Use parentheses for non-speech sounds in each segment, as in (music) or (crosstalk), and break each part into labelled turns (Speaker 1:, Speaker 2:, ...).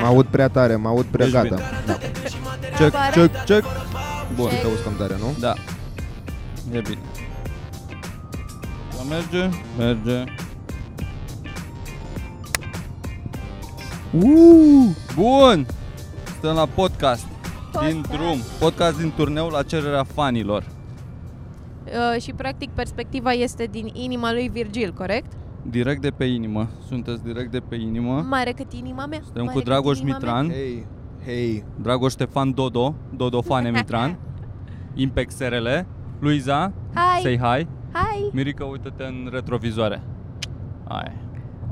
Speaker 1: Mă aud prea tare, mă aud prea
Speaker 2: Ești
Speaker 1: gata.
Speaker 2: Deci bine.
Speaker 1: Da. Check,
Speaker 3: Apare.
Speaker 1: check, check. Bun,
Speaker 3: Check.
Speaker 1: te auzi cam tare, nu?
Speaker 2: Da. E bine. Da, merge, merge.
Speaker 1: Uuu!
Speaker 2: Bun! Stăm la podcast,
Speaker 3: Podcast.
Speaker 2: din drum. Podcast din turneu la cererea fanilor.
Speaker 3: Uh, și practic perspectiva este din inima lui Virgil, corect?
Speaker 2: Direct de pe inimă. Sunteți direct de pe inimă.
Speaker 3: Mare cât inima mea.
Speaker 2: Suntem
Speaker 3: mare
Speaker 2: cu
Speaker 3: cât
Speaker 2: Dragoș
Speaker 3: inima mea.
Speaker 2: Mitran,
Speaker 1: Hei, hei.
Speaker 2: Dragoș Ștefan Dodo, Dodo Fane
Speaker 3: (laughs)
Speaker 2: Mitran, Impex SRL, Luiza,
Speaker 3: Hai,
Speaker 2: say hi,
Speaker 3: hai.
Speaker 2: Mirica, uită-te în retrovizoare. Hai.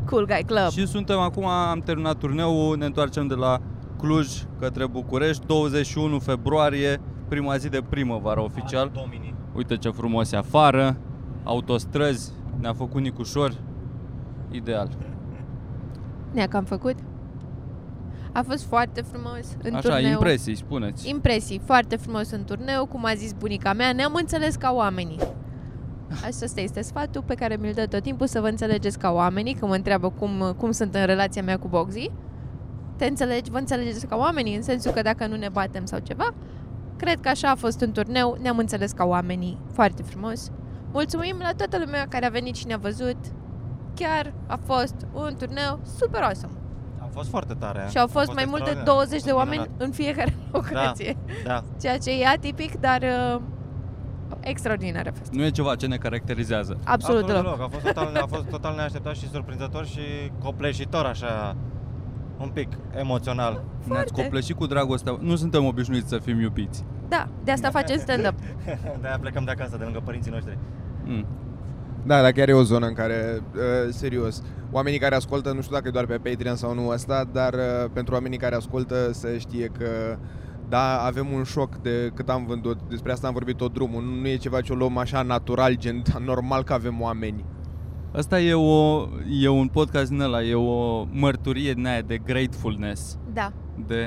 Speaker 3: Cool Guy Club.
Speaker 2: Și suntem acum, am terminat turneul, ne întoarcem de la Cluj către București, 21 februarie, prima zi de primăvară oficial. Uite ce frumos e afară, autostrăzi, ne-a făcut Nicușor, ideal.
Speaker 3: Ne-a cam făcut. A fost foarte frumos în
Speaker 2: Așa,
Speaker 3: turneu.
Speaker 2: impresii, spuneți.
Speaker 3: Deci, Impresii, foarte frumos în turneu, cum a zis bunica mea, ne-am înțeles ca oamenii. Asta ăsta este sfatul pe care mi-l dă tot timpul să vă înțelegeți ca oamenii, că mă întreabă cum, cum sunt în relația mea cu Boxy. Te înțelegi, vă înțelegeți ca oamenii, în sensul că dacă nu ne batem sau ceva, cred că așa a fost în turneu, ne-am înțeles ca oamenii, foarte frumos. Mulțumim la toată lumea care a venit și ne-a văzut. Chiar a fost un turneu super awesome.
Speaker 4: Da, A fost foarte tare.
Speaker 3: Și au fost mai mult de 20 de oameni în fiecare locație.
Speaker 4: Da.
Speaker 3: Ceea ce e atipic, dar uh, extraordinară fest.
Speaker 2: Nu e ceva ce ne caracterizează.
Speaker 3: Absolut, deloc.
Speaker 4: A fost, total, a fost total neașteptat și surprinzător și copleșitor așa un pic emoțional. (laughs)
Speaker 2: Ne-ați
Speaker 3: Foarte.
Speaker 2: copleșit cu dragostea, nu suntem obișnuiți să fim iubiți.
Speaker 3: Da, de asta facem stand-up.
Speaker 4: De-aia plecăm de acasă, de lângă părinții noștri.
Speaker 2: Mm.
Speaker 1: Da, dar chiar e o zonă în care, uh, serios, oamenii care ascultă, nu știu dacă e doar pe Patreon sau nu asta, dar uh, pentru oamenii care ascultă să știe că da, avem un șoc de cât am vândut, despre asta am vorbit tot drumul, nu e ceva ce o luăm așa natural, gen da, normal că avem oameni.
Speaker 2: Asta e, o, e un podcast din ăla, e o mărturie din aia de gratefulness,
Speaker 3: Da.
Speaker 2: de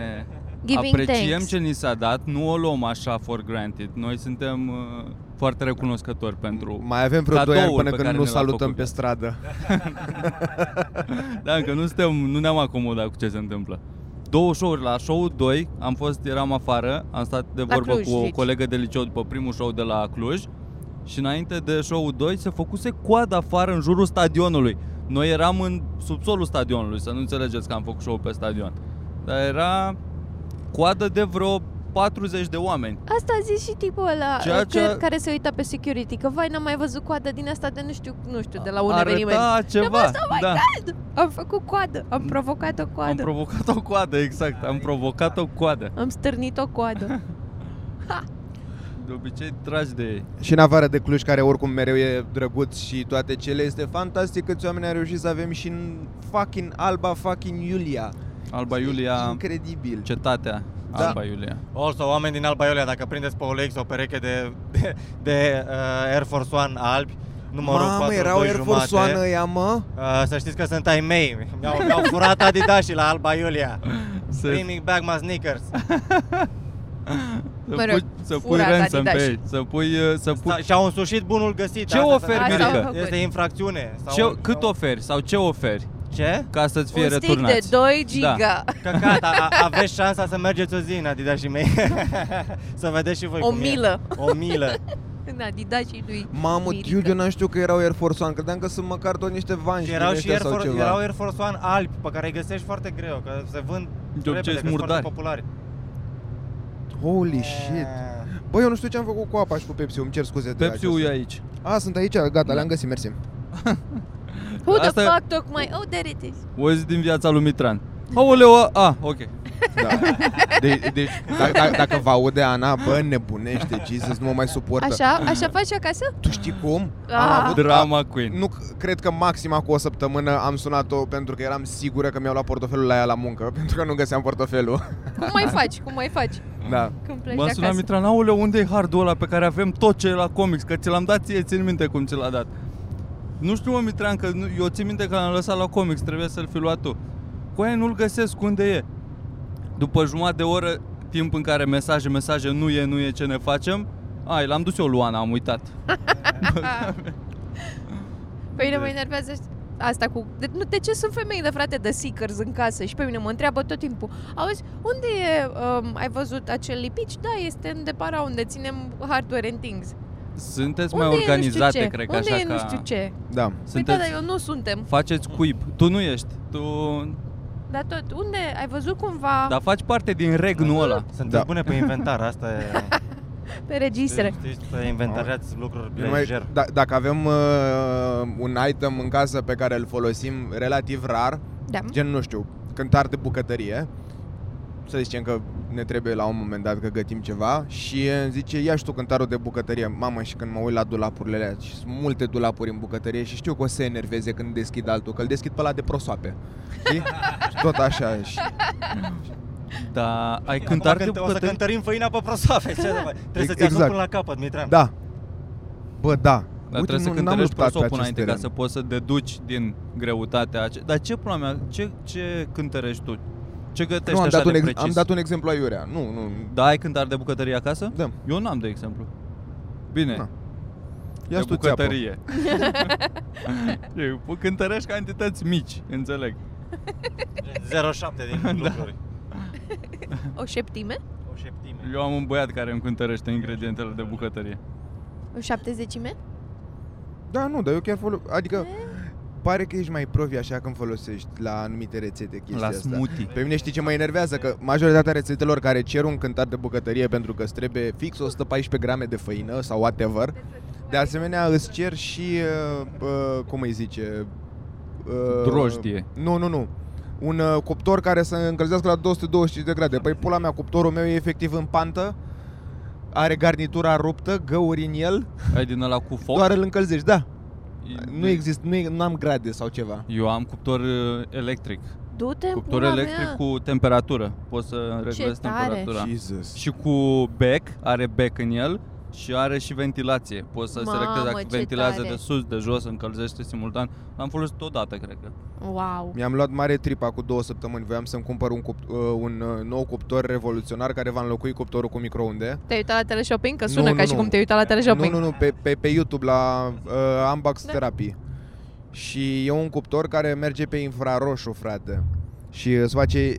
Speaker 3: Giving
Speaker 2: Apreciem
Speaker 3: thanks.
Speaker 2: ce ni s-a dat, nu o luăm așa for granted. Noi suntem uh, foarte recunoscători pentru...
Speaker 1: Mai avem vreo 2 ani
Speaker 2: Cadoul
Speaker 1: până
Speaker 2: pe
Speaker 1: când
Speaker 2: care
Speaker 1: nu
Speaker 2: ne l-a
Speaker 1: salutăm
Speaker 2: făcut.
Speaker 1: pe stradă.
Speaker 2: Da, încă nu, suntem, nu ne-am acomodat cu ce se întâmplă. Două show-uri la show 2, am fost, eram afară, am stat de
Speaker 3: La
Speaker 2: vorbă
Speaker 3: Cluj,
Speaker 2: cu o
Speaker 3: zici.
Speaker 2: colegă de liceu după primul show de la Cluj și înainte de show 2 se făcuse coadă afară în jurul stadionului. Noi eram în subsolul stadionului, să nu înțelegeți că am făcut show pe stadion. Dar era coadă de vreo 40 de oameni.
Speaker 3: Asta a zis și tipul ăla
Speaker 2: Ceea ce-
Speaker 3: cred, care se uita pe security, că vai, n-am mai văzut coadă din asta de nu știu, nu știu, de la un
Speaker 2: Arăta
Speaker 3: eveniment.
Speaker 2: ceva.
Speaker 3: Am văzut, oh my
Speaker 2: da.
Speaker 3: Am făcut coadă, am provocat o
Speaker 2: Am
Speaker 3: coadă, da. am,
Speaker 2: provocat o coadă, exact. Am provocat o coadă.
Speaker 3: stârnit o coadă.
Speaker 2: De obicei tragi de ei.
Speaker 1: Și în afară de Cluj, care oricum mereu e drăguț și toate cele, este fantastic câți oameni au reușit să avem și în fucking Alba, fucking Iulia.
Speaker 2: Alba
Speaker 1: E
Speaker 2: Iulia,
Speaker 1: Incredibil.
Speaker 2: cetatea
Speaker 1: Da.
Speaker 2: Alba Iulia.
Speaker 4: Also, oameni din Alba Iulia, dacă prindeți pe OLX o pereche de, de, de uh, Air Force One albi, numărul
Speaker 1: Mamă,
Speaker 4: 42
Speaker 1: erau Air Force One
Speaker 4: jumate,
Speaker 1: ăia, mă?
Speaker 4: uh, să știți că sunt ai mei. Mi-au, mi-au furat Adidas și la Alba Iulia.
Speaker 2: Să,
Speaker 4: Bring me back my sneakers.
Speaker 2: să,
Speaker 3: Mă rog,
Speaker 2: pui, să pui
Speaker 3: furat
Speaker 2: ransom pe
Speaker 3: Adidas.
Speaker 2: ei, să pui... uh, Să pui
Speaker 4: Sa- Da, Și-au însușit bunul găsit. da,
Speaker 2: Ce
Speaker 4: asta
Speaker 2: oferi,
Speaker 4: s-a-
Speaker 3: Mirica?
Speaker 4: asta
Speaker 3: Asta
Speaker 4: Este
Speaker 3: oferi.
Speaker 4: infracțiune. Sau,
Speaker 2: ce, cât
Speaker 4: sau-
Speaker 2: oferi sau ce oferi
Speaker 4: Ce?
Speaker 2: ca să-ți (laughs) fie
Speaker 3: un stick de
Speaker 2: returnați? Da.
Speaker 3: 2 giga,
Speaker 4: Căcat, a, a- aveți șansa să mergeți o zi în Adidas și mei. (laughs) să vedeți și voi
Speaker 3: o
Speaker 4: cum e.
Speaker 3: milă
Speaker 4: O
Speaker 1: (laughs)
Speaker 4: milă.
Speaker 3: în Adidas și lui
Speaker 1: Mamă,
Speaker 3: Mirica.
Speaker 1: eu, eu n-am știut că erau Air Force One, credeam că sunt măcar tot niște vanși
Speaker 4: și erau
Speaker 1: din
Speaker 4: și
Speaker 1: ăștia
Speaker 4: Air,
Speaker 1: sau
Speaker 4: For-
Speaker 1: ceva.
Speaker 4: erau Air Force One albi, pe care îi găsești foarte greu, că se vând
Speaker 2: De obicei
Speaker 4: repede,
Speaker 2: sunt
Speaker 4: că sunt foarte
Speaker 2: murdari.
Speaker 4: populari. Eh.
Speaker 1: Holy shit. Bă, eu nu știu ce am făcut cu apa și cu Pepsi, îmi cer scuze. de
Speaker 2: Pepsi-ul e
Speaker 1: acestea.
Speaker 2: aici.
Speaker 1: A, sunt aici, gata,
Speaker 2: Da.
Speaker 1: le-am găsit, mersi.
Speaker 3: Who the
Speaker 2: Asta-
Speaker 3: fuck tocmai? Oh, there it is.
Speaker 2: O zi din viața lui Mitran. Aoleu, a, a ok.
Speaker 1: (laughs) Da. De, deci, dacă, dacă, dacă vă aude Ana, bă, nebunește, Jesus, nu mă mai suportă.
Speaker 3: Așa, așa faci acasă?
Speaker 1: Tu știi cum?
Speaker 3: Ah.
Speaker 1: Am avut
Speaker 2: Drama Queen.
Speaker 1: Nu, cred că maxim acum o săptămână am sunat-o pentru că eram sigură că mi-au luat portofelul la ea la muncă, (laughs) pentru că nu găseam portofelul.
Speaker 3: Cum mai faci? Cum mai faci
Speaker 1: Da.
Speaker 3: când pleci
Speaker 2: M-a
Speaker 3: de
Speaker 2: sunat
Speaker 3: acasă?
Speaker 2: Mitran, aoleu, unde e hardul ăla pe care avem tot ce e la comics? Că ți l-am dat ție, țin minte cum ți l-a dat. Nu știu, mă, Mitran, că nu, eu țin minte că l-am lăsat la comics, trebuie să-l fi luat tu. Cu aia nu-l găsesc, unde e? După jumătate de oră, timp în care mesaje, mesaje, nu e, nu e ce ne facem, ai, l-am dus eu lui Ana, am uitat.
Speaker 3: Pe mine Păi mă enervează știi, asta cu... De, nu, de ce sunt femeile, frate, de seekers în casă? Și pe mine mă întreabă tot timpul. Auzi, unde e... Um, ai văzut acel lipici? Da, este în depara unde ținem hardware and things.
Speaker 2: Sunteți
Speaker 3: Unde
Speaker 2: mai
Speaker 3: e nu știu
Speaker 2: organizate,
Speaker 3: ce?
Speaker 2: cred că
Speaker 3: unde
Speaker 2: așa
Speaker 3: e
Speaker 2: ca...
Speaker 3: nu știu ce?
Speaker 1: Da.
Speaker 3: Sunteți...
Speaker 2: Sunteți,
Speaker 3: Păi da, dar eu nu suntem.
Speaker 2: faceți cuib. Tu nu ești. Tu...
Speaker 3: Dar tot, unde... Ai văzut cumva da.
Speaker 2: Dar faci parte din regnul ăla.
Speaker 4: Sunt
Speaker 1: Da.
Speaker 4: da. bune pe inventar, asta
Speaker 1: (laughs)
Speaker 4: e.
Speaker 3: pe registre?
Speaker 4: Știți, să
Speaker 1: Da.
Speaker 4: inventariați lucruri
Speaker 1: Eu numai-
Speaker 4: lejer.
Speaker 1: da- dacă avem uh, un item în casă pe care îl folosim relativ rar,
Speaker 3: Da.
Speaker 1: gen, nu știu, cântar de bucătărie, să zicem că ne trebuie la un moment dat că gătim ceva și îmi zice, ia și tu cântarul de bucătărie. Mamă, și când mă uit la dulapurile alea, și sunt multe dulapuri în bucătărie și știu că o să se enerveze când deschid altul, că îl deschid pe la de prosoape.
Speaker 2: (laughs)
Speaker 1: Știi? și tot așa. Și
Speaker 2: Da, ai
Speaker 4: Acum
Speaker 2: cântat de
Speaker 4: cânt- O să
Speaker 2: bucătărie?
Speaker 4: cântărim făina pe prosoape. Ce să
Speaker 1: (laughs)
Speaker 4: faci? Trebuie să-ți
Speaker 1: Exact.
Speaker 4: exact. până la capăt, Mitran.
Speaker 1: da. Bă, da.
Speaker 2: Dar
Speaker 1: Uite,
Speaker 2: trebuie să
Speaker 1: nu- n-am
Speaker 2: cântărești
Speaker 1: luptat pe
Speaker 2: prosopul
Speaker 1: acest
Speaker 2: înainte ca
Speaker 1: teren.
Speaker 2: să poți să deduci din greutatea aceea. Dar ce pula mea, ce, ce cântărești tu? Ce gătești
Speaker 1: Nu, am
Speaker 2: așa
Speaker 1: dat, un
Speaker 2: de
Speaker 1: ex-
Speaker 2: precis?
Speaker 1: am dat un exemplu aiurea. Nu, nu.
Speaker 2: Da, ai cântar de bucătărie acasă?
Speaker 1: Da.
Speaker 2: Eu n-am, de exemplu. Bine,
Speaker 1: Na, Ia
Speaker 2: de
Speaker 1: și tu țeapă. (laughs)
Speaker 2: bucătărie. (laughs) Eu cântărești cantități mici, înțeleg.
Speaker 4: 07
Speaker 2: (laughs) Da.
Speaker 4: din lucruri.
Speaker 3: O șeptime?
Speaker 4: O șeptime.
Speaker 2: Eu am un băiat care îmi cântărește ingredientele de bucătărie.
Speaker 3: O șaptezecime?
Speaker 1: Da, nu, dar eu chiar folosesc. Adică pare că ești mai profi așa când folosești la anumite rețete chestia
Speaker 2: La
Speaker 1: asta.
Speaker 2: smoothie.
Speaker 1: (laughs) Pe mine știi ce mă enervează? Că majoritatea rețetelor care cer un cântar de bucătărie pentru că îți trebuie fix 114 grame de făină sau whatever, de asemenea îți cer și, uh, uh, cum îi zice? Uh,
Speaker 2: Drojdie.
Speaker 1: Nu, nu, nu. Un uh, cuptor care să încălzească la 225 de grade. Păi pula mea, cuptorul meu e efectiv în pantă, are garnitura ruptă, găuri în el,
Speaker 2: Ai din ăla cu foc?
Speaker 1: doar îl încălzești, da.
Speaker 2: E-
Speaker 1: Nu există, nu, e- n-am grade sau ceva.
Speaker 2: Eu am cuptor uh, electric.
Speaker 3: Du-te în
Speaker 2: Cuptor
Speaker 3: pula
Speaker 2: electric
Speaker 3: mea.
Speaker 2: cu temperatură. Poți să reglezi
Speaker 3: tare.
Speaker 1: Da.
Speaker 2: temperatura.
Speaker 1: Jesus.
Speaker 2: și cu bec, are bec în el și are și ventilație. Poți să
Speaker 3: Mamă,
Speaker 2: selectezi dacă
Speaker 3: ce
Speaker 2: ventilează
Speaker 3: tare.
Speaker 2: de sus, de jos, încălzește simultan. L-am folosit odată, cred că.
Speaker 3: Wow.
Speaker 1: Mi-am luat mare tripa cu două săptămâni. Voiam să-mi cumpăr un, cupt, uh, un uh, nou cuptor revoluționar care va înlocui cuptorul cu microunde.
Speaker 3: Te-ai uitat la teleshopping? Că
Speaker 1: Nu,
Speaker 3: sună
Speaker 1: nu,
Speaker 3: ca și
Speaker 1: nu.
Speaker 3: cum te-ai uitat la
Speaker 1: Nu,
Speaker 3: teleshopping.
Speaker 1: nu, nu, pe, pe, pe YouTube la uh, Unbox
Speaker 3: Da.
Speaker 1: Therapy. Și e un cuptor care merge pe infraroșu, frate. Și îți face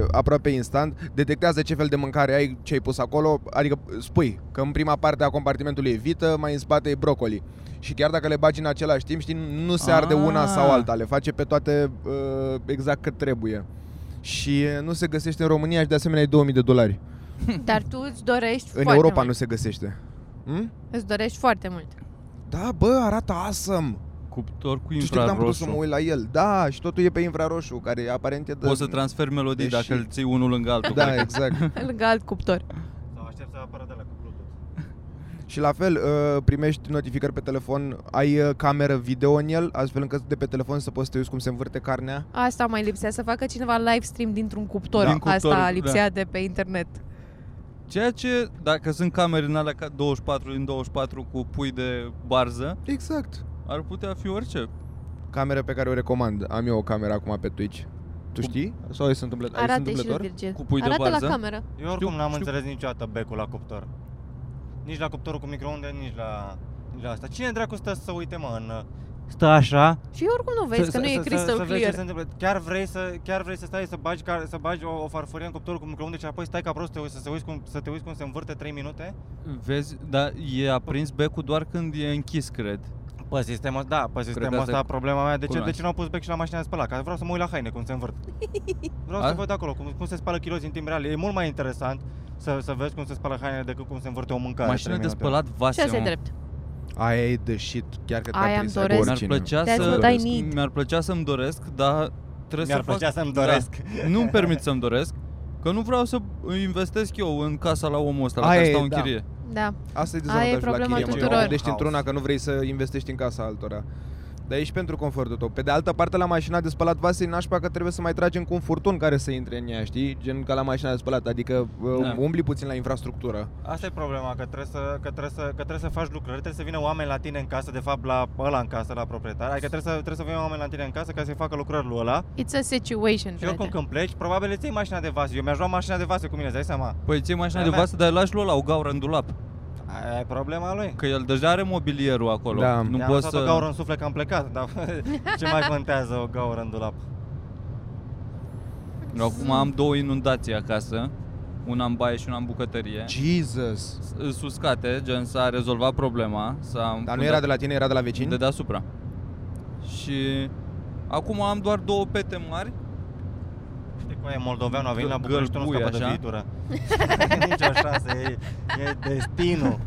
Speaker 1: uh, aproape instant, detectează ce fel de mâncare ai, ce ai pus acolo, adică spui că în prima parte a compartimentului e vită, mai în spate e brocoli. Și chiar dacă le bagi în același timp, știi, nu se arde una
Speaker 2: Ah.
Speaker 1: sau alta, le face pe toate uh, exact cât trebuie. Și uh, nu se găsește în România și de asemenea e 2000 de dolari.
Speaker 3: Dar tu îți dorești
Speaker 1: În
Speaker 3: foarte
Speaker 1: Europa
Speaker 3: mult.
Speaker 1: nu se găsește. Hm?
Speaker 3: Îți dorești foarte mult.
Speaker 1: Da, bă, arată awesome.
Speaker 2: Cuptor cu
Speaker 1: Nu știu cât am putut să mă
Speaker 2: infraroșu.
Speaker 1: uit la el. Da, și totul e pe infraroșu, care aparent e de...
Speaker 2: Poți să transferi melodii
Speaker 1: Deși-
Speaker 2: dacă îl ții unul lângă altul.
Speaker 1: Da, exact.
Speaker 3: Lângă alt cuptor.
Speaker 4: Sau aștept să apară de la cu Bluetooth.
Speaker 1: și la fel, uh, primești notificări pe telefon, ai uh, cameră video în el, astfel încât de pe telefon să poți să te uiți cum se învârte carnea.
Speaker 3: Asta mai lipsea, să facă cineva live stream dintr-un cuptor.
Speaker 2: Da. Din cuptor,
Speaker 3: Asta
Speaker 2: da.
Speaker 3: lipsea de pe internet.
Speaker 2: Ceea ce, dacă sunt camere în alea ca 24 din 24 cu pui de barză,
Speaker 1: Exact.
Speaker 2: ar putea fi orice.
Speaker 1: Camera pe care o recomand. Am eu o cameră acum pe Twitch. Tu știi? Sau e întâmplător? Ai
Speaker 3: Arată și lui
Speaker 1: întâmplător?
Speaker 3: Virgil.
Speaker 2: Cu pui de
Speaker 3: Arată la
Speaker 2: varză?
Speaker 3: cameră.
Speaker 4: Eu oricum
Speaker 2: Știu-
Speaker 4: n-am
Speaker 2: știu.
Speaker 4: înțeles niciodată becul la cuptor. Nici la cuptorul cu microunde, nici la, nici la asta. Cine dracu stă să se uite, mă, în... uh, Stă așa.
Speaker 3: Și oricum nu vezi,
Speaker 4: să-
Speaker 3: Păi, că nu
Speaker 4: să-
Speaker 3: e
Speaker 4: să- să
Speaker 3: crystal
Speaker 4: vezi ce
Speaker 3: clear.
Speaker 4: se întâmplă. Chiar vrei să, chiar vrei să stai să bagi, car- să bagi o, o farfurie în cuptorul cu microunde și apoi stai ca prost să te uiți- să, te uiți cum, să te uiți cum se învârte 3 minute?
Speaker 2: Vezi, dar e aprins becul doar când e închis, cred.
Speaker 4: Pe sistemul, da, pe sistemul
Speaker 2: asta
Speaker 4: ăsta problema mea. De ce, de
Speaker 2: cunoaște.
Speaker 4: ce nu au pus bec și la mașina de spălat? Că vreau să mă uit la haine cum se învârt. Vreau
Speaker 2: A?
Speaker 4: să văd acolo cum, cum se spală chilozi în timp real. E mult mai interesant să, să vezi cum se spală hainele decât cum se învârte o
Speaker 1: Da,
Speaker 4: mâncare.
Speaker 2: Mașina
Speaker 4: trei
Speaker 2: de
Speaker 4: minute.
Speaker 2: spălat
Speaker 3: Și
Speaker 2: vase,
Speaker 3: asta e
Speaker 2: mă.
Speaker 3: drept.
Speaker 1: Aia e de shit. Chiar cred că
Speaker 3: Aia
Speaker 1: ar
Speaker 3: îmi
Speaker 1: trebui să
Speaker 3: doresc.
Speaker 1: aibă
Speaker 2: Mi-ar
Speaker 1: oricine.
Speaker 2: plăcea,
Speaker 3: That's
Speaker 2: să,
Speaker 3: what I need.
Speaker 2: mi-ar plăcea să-mi doresc, dar trebuie
Speaker 4: Mi-ar
Speaker 2: să fac...
Speaker 4: plăcea să-mi doresc.
Speaker 2: Da, nu-mi permit să-mi doresc, că nu vreau să investesc eu în casa la omul ăsta, la
Speaker 1: Aia
Speaker 2: care
Speaker 1: e,
Speaker 2: stau în
Speaker 1: da.
Speaker 2: chirie.
Speaker 3: Da.
Speaker 1: Asta e
Speaker 3: Aia e
Speaker 1: dezavantajul la
Speaker 3: problema
Speaker 1: chirie, mă, că
Speaker 3: tuturor.
Speaker 1: Deci într-una că nu vrei să investești în casa altora. Dar ești pentru confortul tău. Pe de altă parte, la mașina de spălat vase e nașpa că trebuie să mai tragem cu un furtun care să intre în ea, știi? Gen ca la mașina de spălat, adică da.
Speaker 2: Da.
Speaker 1: umbli puțin la infrastructură.
Speaker 4: Asta e problema, că trebuie, să, că, trebuie să, că trebuie să faci lucrări, trebuie să vină oameni la tine în casă, de fapt la ăla în casă, la proprietar. Adică trebuie să, trebuie să vină oameni la tine în casă ca să-i facă lucrări lui ăla.
Speaker 3: It's a situation,
Speaker 4: Și oricum
Speaker 3: frate.
Speaker 4: când pleci, probabil îți iei mașina de vase. Eu mi-aș lua mașina de vase cu mine, îți dai seama.
Speaker 2: Păi ți mașina
Speaker 4: Da,
Speaker 2: de
Speaker 4: da.
Speaker 2: vasă, dar lași lua la o gaură în dulap.
Speaker 4: Aia e problema lui.
Speaker 2: Că el deja are mobilierul acolo.
Speaker 1: Da.
Speaker 2: Nu
Speaker 4: I-am
Speaker 2: poți
Speaker 4: lăsat o gaură
Speaker 2: să...
Speaker 4: în suflet că am plecat, dar (laughs) ce mai contează o gaură în dulap?
Speaker 2: Eu Acum am două inundații acasă. Una în baie și una în bucătărie.
Speaker 1: Jesus!
Speaker 2: Sunt uscate, gen s-a rezolvat problema. S-a
Speaker 1: Dar nu era de la tine, era de la vecini?
Speaker 2: De deasupra. Și acum am doar două pete mari.
Speaker 4: Știi cum e moldoveanul, a venit
Speaker 2: Gă-
Speaker 4: la București, tu nu
Speaker 2: gălbui,
Speaker 4: scapă de
Speaker 2: așa.
Speaker 4: viitură. (laughs) Nicio șansă, e, e destinul.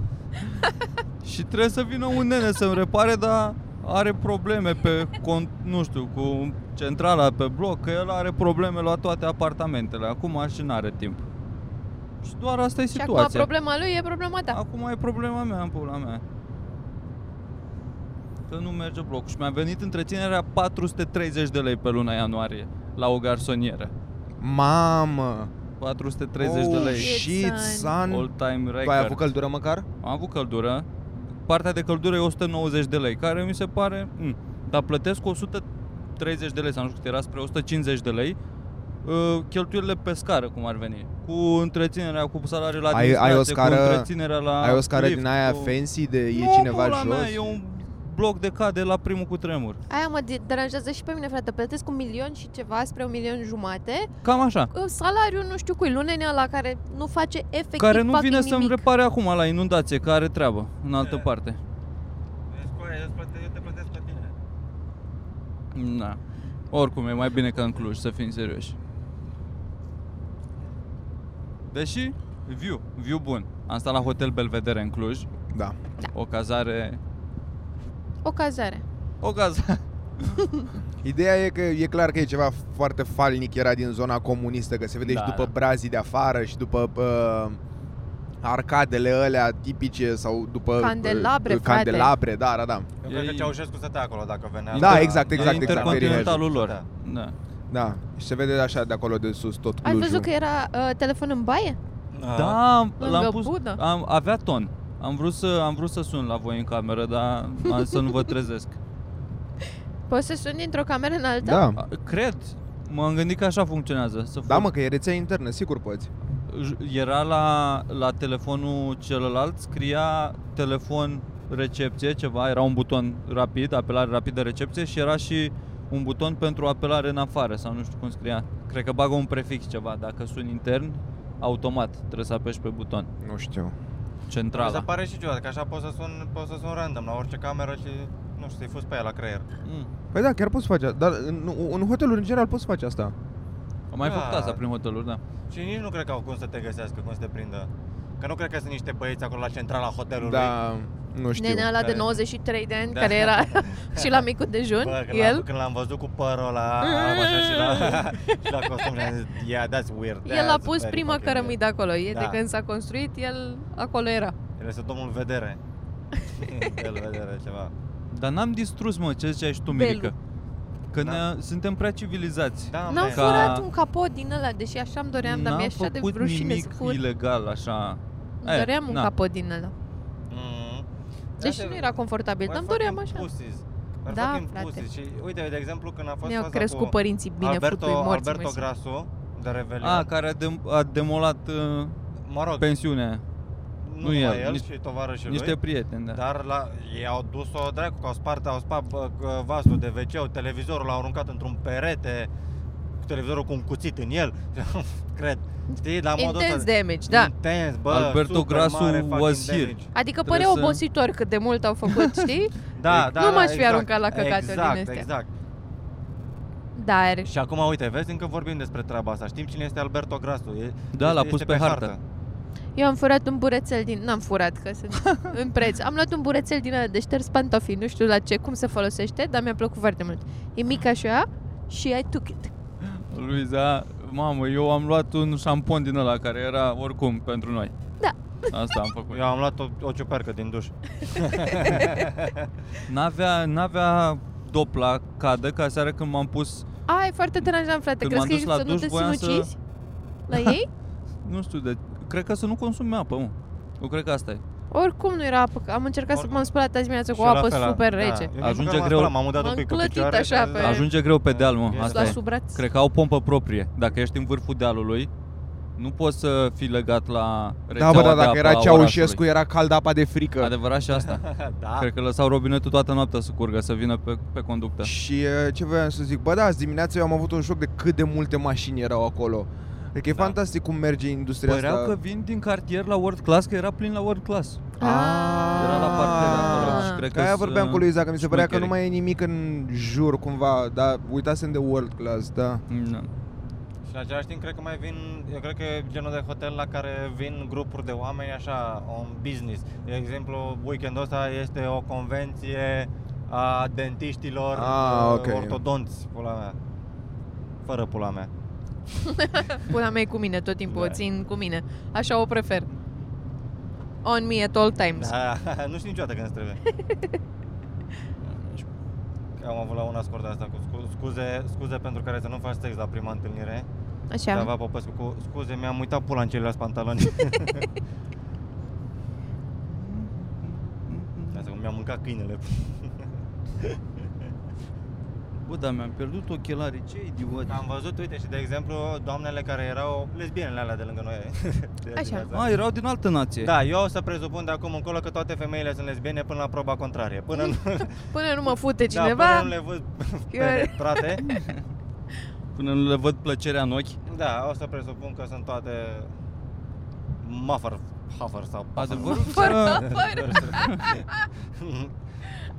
Speaker 2: Și trebuie să vină un nene să-mi repare, dar are probleme pe, cont, nu știu, cu centrala pe bloc, că el are probleme la toate apartamentele. Acum și n-are timp. Și doar asta e
Speaker 3: Și acum da.
Speaker 2: situația.
Speaker 3: problema lui e problema ta.
Speaker 2: Acum e problema mea, în pula mea. Că nu merge blocul. Și mi-a venit întreținerea 430 de lei pe luna ianuarie la o garsonieră.
Speaker 1: Mamă!
Speaker 2: 430 de
Speaker 1: Oh,
Speaker 2: lei.
Speaker 1: shit, son!
Speaker 2: All time record.
Speaker 1: Tu ai avut căldură măcar?
Speaker 2: Am avut căldură. Partea de căldură e 190 de lei, care mi se pare... Mm. Dar plătesc 130 de lei, sau nu știu cât era, spre 150 de lei, uh, cheltuielile pe scară, cum ar veni. Cu întreținerea, cu salariul la
Speaker 1: Ai- ai o
Speaker 2: administrație,
Speaker 1: scară-
Speaker 2: cu întreținerea la
Speaker 1: ai o scară
Speaker 2: Da. lift,
Speaker 1: din aia
Speaker 2: cu...
Speaker 1: fancy de e
Speaker 2: nu,
Speaker 1: cineva
Speaker 2: pula
Speaker 1: jos?
Speaker 2: Mea, e un bloc de cade la primul cu tremur.
Speaker 3: Aia mă de- deranjează și pe mine, frate. Plătesc un milion și ceva spre un milion jumate.
Speaker 2: Cam așa.
Speaker 3: Cu Salariul nu știu cui, lunenea la care nu face efectiv
Speaker 2: care nu
Speaker 3: fucking
Speaker 2: vine să-mi
Speaker 3: nimic.
Speaker 2: repare acum la inundație, că are treabă în altă
Speaker 4: Da.
Speaker 2: parte.
Speaker 4: Deci, coaie, eu îți plăte- eu te plătesc pe tine.
Speaker 2: Da. Oricum, e mai bine ca în Cluj, să fim serioși. Deși, view, view bun. Am stat la Hotel Belvedere în Cluj,
Speaker 1: Da.
Speaker 2: o cazare...
Speaker 3: O cazare.
Speaker 2: O cazare...
Speaker 1: Ideea e că e clar că e ceva foarte falnic era din zona comunistă, că se vede
Speaker 2: Da,
Speaker 1: și după
Speaker 2: da.
Speaker 1: brazii de afară și după uh, arcadele alea tipice sau după
Speaker 3: Candelabre,
Speaker 1: uh,
Speaker 3: frate.
Speaker 1: candelabre, da, da, da.
Speaker 4: Eu cred că
Speaker 2: Ei-
Speaker 4: Ceaușescu stătea acolo dacă venea.
Speaker 1: Da,
Speaker 4: la-
Speaker 1: exact,
Speaker 4: la-
Speaker 1: exact, exact,
Speaker 2: e intercontinentalul lor.
Speaker 4: Da.
Speaker 2: Da.
Speaker 1: Da, și se vede așa de acolo de sus tot
Speaker 3: Ai
Speaker 1: Clujul.
Speaker 3: văzut că era uh, telefon în baie?
Speaker 2: Da, am-
Speaker 3: Lângă
Speaker 2: l-am pus,
Speaker 3: Budă?
Speaker 2: am, avea ton. Am vrut, să, am vrut să sun la voi în cameră, dar am- să nu vă trezesc.
Speaker 3: Poți să suni dintr-o cameră în alta?
Speaker 1: Da.
Speaker 2: A, Cred, m-am gândit că așa funcționează. Să
Speaker 1: Da,
Speaker 2: fur-
Speaker 1: mă, că e rețea internă, sigur poți.
Speaker 2: J- Era la, la telefonul celălalt, scria telefon recepție, ceva, era un buton rapid, apelare rapidă recepție și era și un buton pentru apelare în afară sau nu știu cum scria. Cred că bagă un prefix ceva, dacă suni intern, automat trebuie să apeși pe buton.
Speaker 1: Nu știu.
Speaker 4: Mi se
Speaker 2: Centrala.
Speaker 4: pare și ciudat, că așa poți să sun, poți să sun random la orice cameră și nu știu, să-i fus pe ea la creier.
Speaker 2: Mm.
Speaker 1: Păi da, chiar poți face asta. Dar în, în hoteluri, în general, poți face asta.
Speaker 2: Am mai
Speaker 4: Da.
Speaker 2: făcut asta prin hoteluri, da.
Speaker 4: Și nici nu cred că au cum să te găsească, cum să te prindă. Că nu cred că sunt niște băieți acolo la centrala hotelului.
Speaker 1: Da, nu știu.
Speaker 3: Nenea ăla de
Speaker 4: Care-
Speaker 3: 93 de ani,
Speaker 4: Da.
Speaker 3: care
Speaker 4: (laughs)
Speaker 3: era și la micul dejun,
Speaker 4: Bă, când, L-
Speaker 3: el, Ah.
Speaker 4: când l-am văzut cu părul ăla, alb așa și la, (laughs) și la costum și am zis, yeah, that's weird.
Speaker 3: el a
Speaker 4: that's
Speaker 3: pus
Speaker 4: very
Speaker 3: prima
Speaker 4: fucking
Speaker 3: cărămidă acolo. E de
Speaker 4: Da.
Speaker 3: când s-a construit, el acolo era.
Speaker 4: weird." El este domnul
Speaker 3: (laughs)
Speaker 4: vedere. El vedere ceva.
Speaker 2: Dar n-am distrus, mă, ce ziceai și tu, Mirica. Că
Speaker 4: Da.
Speaker 2: ne, suntem prea civilizați.
Speaker 4: Da,
Speaker 3: N-am
Speaker 4: man.
Speaker 2: Ca-
Speaker 3: furat un capot din ăla, deși așa îmi doream, dar
Speaker 2: N-am
Speaker 3: mi-e așa de
Speaker 2: făcut
Speaker 3: rușine să
Speaker 2: nimic
Speaker 3: fur.
Speaker 2: ilegal, așa.
Speaker 3: Îmi
Speaker 2: Eh,
Speaker 3: doream un
Speaker 2: na.
Speaker 3: capot din ăla.
Speaker 4: Da, Mm.
Speaker 3: Deși
Speaker 4: Da,
Speaker 3: Deci nu
Speaker 4: se-
Speaker 3: era confortabil,
Speaker 4: We're
Speaker 3: dar îmi doream
Speaker 4: fucking
Speaker 3: așa.
Speaker 4: Pussies. We're
Speaker 3: Da,
Speaker 4: fucking
Speaker 3: frate.
Speaker 4: pussies. Și uite, de exemplu, când a fost
Speaker 3: Mi-au
Speaker 4: faza
Speaker 3: crescut
Speaker 4: cu
Speaker 3: părinții bine,
Speaker 4: Alberto,
Speaker 3: futui morți.
Speaker 4: Alberto
Speaker 3: mersi.
Speaker 4: Grasu, de Revelion.
Speaker 2: A, care a, dem- a demolat uh,
Speaker 4: mă rog,
Speaker 2: pensiunea aia.
Speaker 4: nu,
Speaker 2: nu
Speaker 4: numai
Speaker 2: el,
Speaker 4: el,
Speaker 2: niște-
Speaker 4: și tovarășii lui.
Speaker 2: Niște prieteni, da.
Speaker 4: Dar la, ei au dus-o dracu, că au spart, au spart bă, că vasul de wc televizorul l-au aruncat într-un perete, cu televizorul cu un cuțit în el, (laughs) cred. Știi, la modul
Speaker 3: Intens
Speaker 4: ăsta,
Speaker 3: damage, da.
Speaker 4: Intens, bă,
Speaker 2: Alberto
Speaker 4: super
Speaker 2: Grasu
Speaker 4: mare fucking
Speaker 2: was here.
Speaker 4: damage.
Speaker 3: Adică
Speaker 2: Trebuie
Speaker 3: părea
Speaker 2: să-
Speaker 3: obositor cât de mult au
Speaker 2: (laughs)
Speaker 3: făcut, știi?
Speaker 4: Da, da,
Speaker 3: Nu
Speaker 4: da,
Speaker 3: m-aș fi
Speaker 4: exact,
Speaker 3: aruncat la căcaturi
Speaker 4: exact,
Speaker 3: din astea.
Speaker 4: Exact,
Speaker 3: Dar
Speaker 4: Și acum, uite, vezi, încă vorbim despre treaba asta. Știm cine este Alberto Grasu. E,
Speaker 2: Da,
Speaker 4: este-
Speaker 2: l-a pus
Speaker 4: este
Speaker 2: pe hartă.
Speaker 3: eu am furat un burețel din... N-am furat, că sunt (laughs) în preț. Am luat un burețel din ăla de șters pantofi. Nu știu la ce, cum se folosește, dar mi-a plăcut foarte mult. E mic așa și I took it.
Speaker 2: Luiza, mamă, eu am luat un șampon din ăla care era oricum pentru noi.
Speaker 3: Da.
Speaker 2: Asta am făcut.
Speaker 4: Eu am luat o, o ciupercă din duș.
Speaker 2: N-avea, n-avea dop la cadă, ca seara când m-am pus,
Speaker 3: Ai, foarte deranjant, frate.
Speaker 2: Când
Speaker 3: Crezi
Speaker 2: m-am
Speaker 3: că
Speaker 2: dus la
Speaker 3: e să nu
Speaker 2: duș,
Speaker 3: te
Speaker 2: voiam să-
Speaker 3: sinucizi? La ei?
Speaker 2: nu știu de... Cred că să nu consumi apă, mă. Eu cred că asta e.
Speaker 3: Oricum nu era apă. că Am încercat să
Speaker 4: Oricum.
Speaker 3: m-am spălat azi dimineață cu
Speaker 4: Și eu la
Speaker 3: apă
Speaker 4: fel,
Speaker 3: super
Speaker 4: da.
Speaker 3: rece.
Speaker 4: Eu nici
Speaker 2: Ajunge
Speaker 4: măcar m-am
Speaker 2: greu.
Speaker 4: spălat, M-am udat
Speaker 3: M-am
Speaker 4: un pic cu Da.
Speaker 3: clătit
Speaker 4: picioare
Speaker 3: așa
Speaker 4: (laughs) și-
Speaker 3: pe-
Speaker 2: Ajunge greu pe deal, mă.
Speaker 4: Yes.
Speaker 2: Asta
Speaker 3: Păi, La
Speaker 2: e.
Speaker 3: sub braț.
Speaker 2: Cred că au pompă proprie. Dacă ești în vârful dealului, Nu poți să fii legat la
Speaker 1: Da,
Speaker 2: rețeaua
Speaker 1: bă, da,
Speaker 2: de
Speaker 1: dacă
Speaker 2: apă
Speaker 1: era
Speaker 2: a
Speaker 1: Ceaușescu,
Speaker 2: orașului.
Speaker 1: era cald apa de frică.
Speaker 2: Adevărat
Speaker 1: (laughs)
Speaker 2: și asta.
Speaker 4: da.
Speaker 2: Cred că lăsau robinetul toată noaptea să curgă, să vină pe, pe conductă.
Speaker 1: Și uh, ce voiam să zic, bă, da, azi dimineața eu am avut un șoc de cât de multe mașini erau acolo. Adică e
Speaker 4: Da.
Speaker 1: fantastic cum merge industria
Speaker 2: Păreau
Speaker 1: asta.
Speaker 2: că vin din cartier la World Class, că era plin la World Class.
Speaker 3: Ah.
Speaker 2: Era la partea de
Speaker 3: Ah.
Speaker 2: acolo și cred
Speaker 1: Că
Speaker 2: că...
Speaker 1: aia vorbeam cu lui Isaac, mi se părea că nu
Speaker 2: șmecherii.
Speaker 1: mai e nimic în jur cumva, dar uitasem de World Class, da.
Speaker 2: Da.
Speaker 4: Și în același timp cred că mai vin, eu cred că e genul de hotel la care vin grupuri de oameni așa, un business. De exemplu, weekendul ăsta este o convenție a dentiștilor
Speaker 1: Ah,
Speaker 4: uh,
Speaker 1: ok.
Speaker 4: ortodonți, pula mea. Fără pula mea.
Speaker 3: Pula mea e cu mine tot timpul,
Speaker 4: Da.
Speaker 3: o țin cu mine. Așa o prefer. On me at all times.
Speaker 4: Da, (laughs) nu știu niciodată când îți trebuie. Că Am avut la una scurt asta cu scu- scuze, scuze pentru care să nu faci sex la prima întâlnire.
Speaker 3: Așa.
Speaker 4: Dava Popescu cu scuze, mi-am uitat pula în ceilalți pantaloni.
Speaker 3: (laughs)
Speaker 4: Asta cum mi-am mâncat câinele.
Speaker 2: Bă, dar mi-am pierdut ochelarii, ce idiot.
Speaker 4: Am văzut, uite, și de exemplu, doamnele care erau lesbienele alea de lângă noi. (laughs) De
Speaker 3: Așa.
Speaker 4: dimineața.
Speaker 2: A, erau din altă nație.
Speaker 4: Da, eu o să presupun de acum încolo că toate femeile sunt lesbiene până la proba contrarie.
Speaker 3: (laughs)
Speaker 4: Până nu,
Speaker 3: Până nu mă fute
Speaker 4: da, până
Speaker 3: cineva,
Speaker 4: nu le
Speaker 3: (laughs)
Speaker 4: văd
Speaker 3: eu- (laughs)
Speaker 4: penetrate.
Speaker 2: Până nu le văd plăcerea în ochi.
Speaker 4: Da, o să presupun că sunt toate muffer, hover sau (laughs) puffer.
Speaker 2: Adevărul
Speaker 3: Fără
Speaker 2: că
Speaker 3: apăr.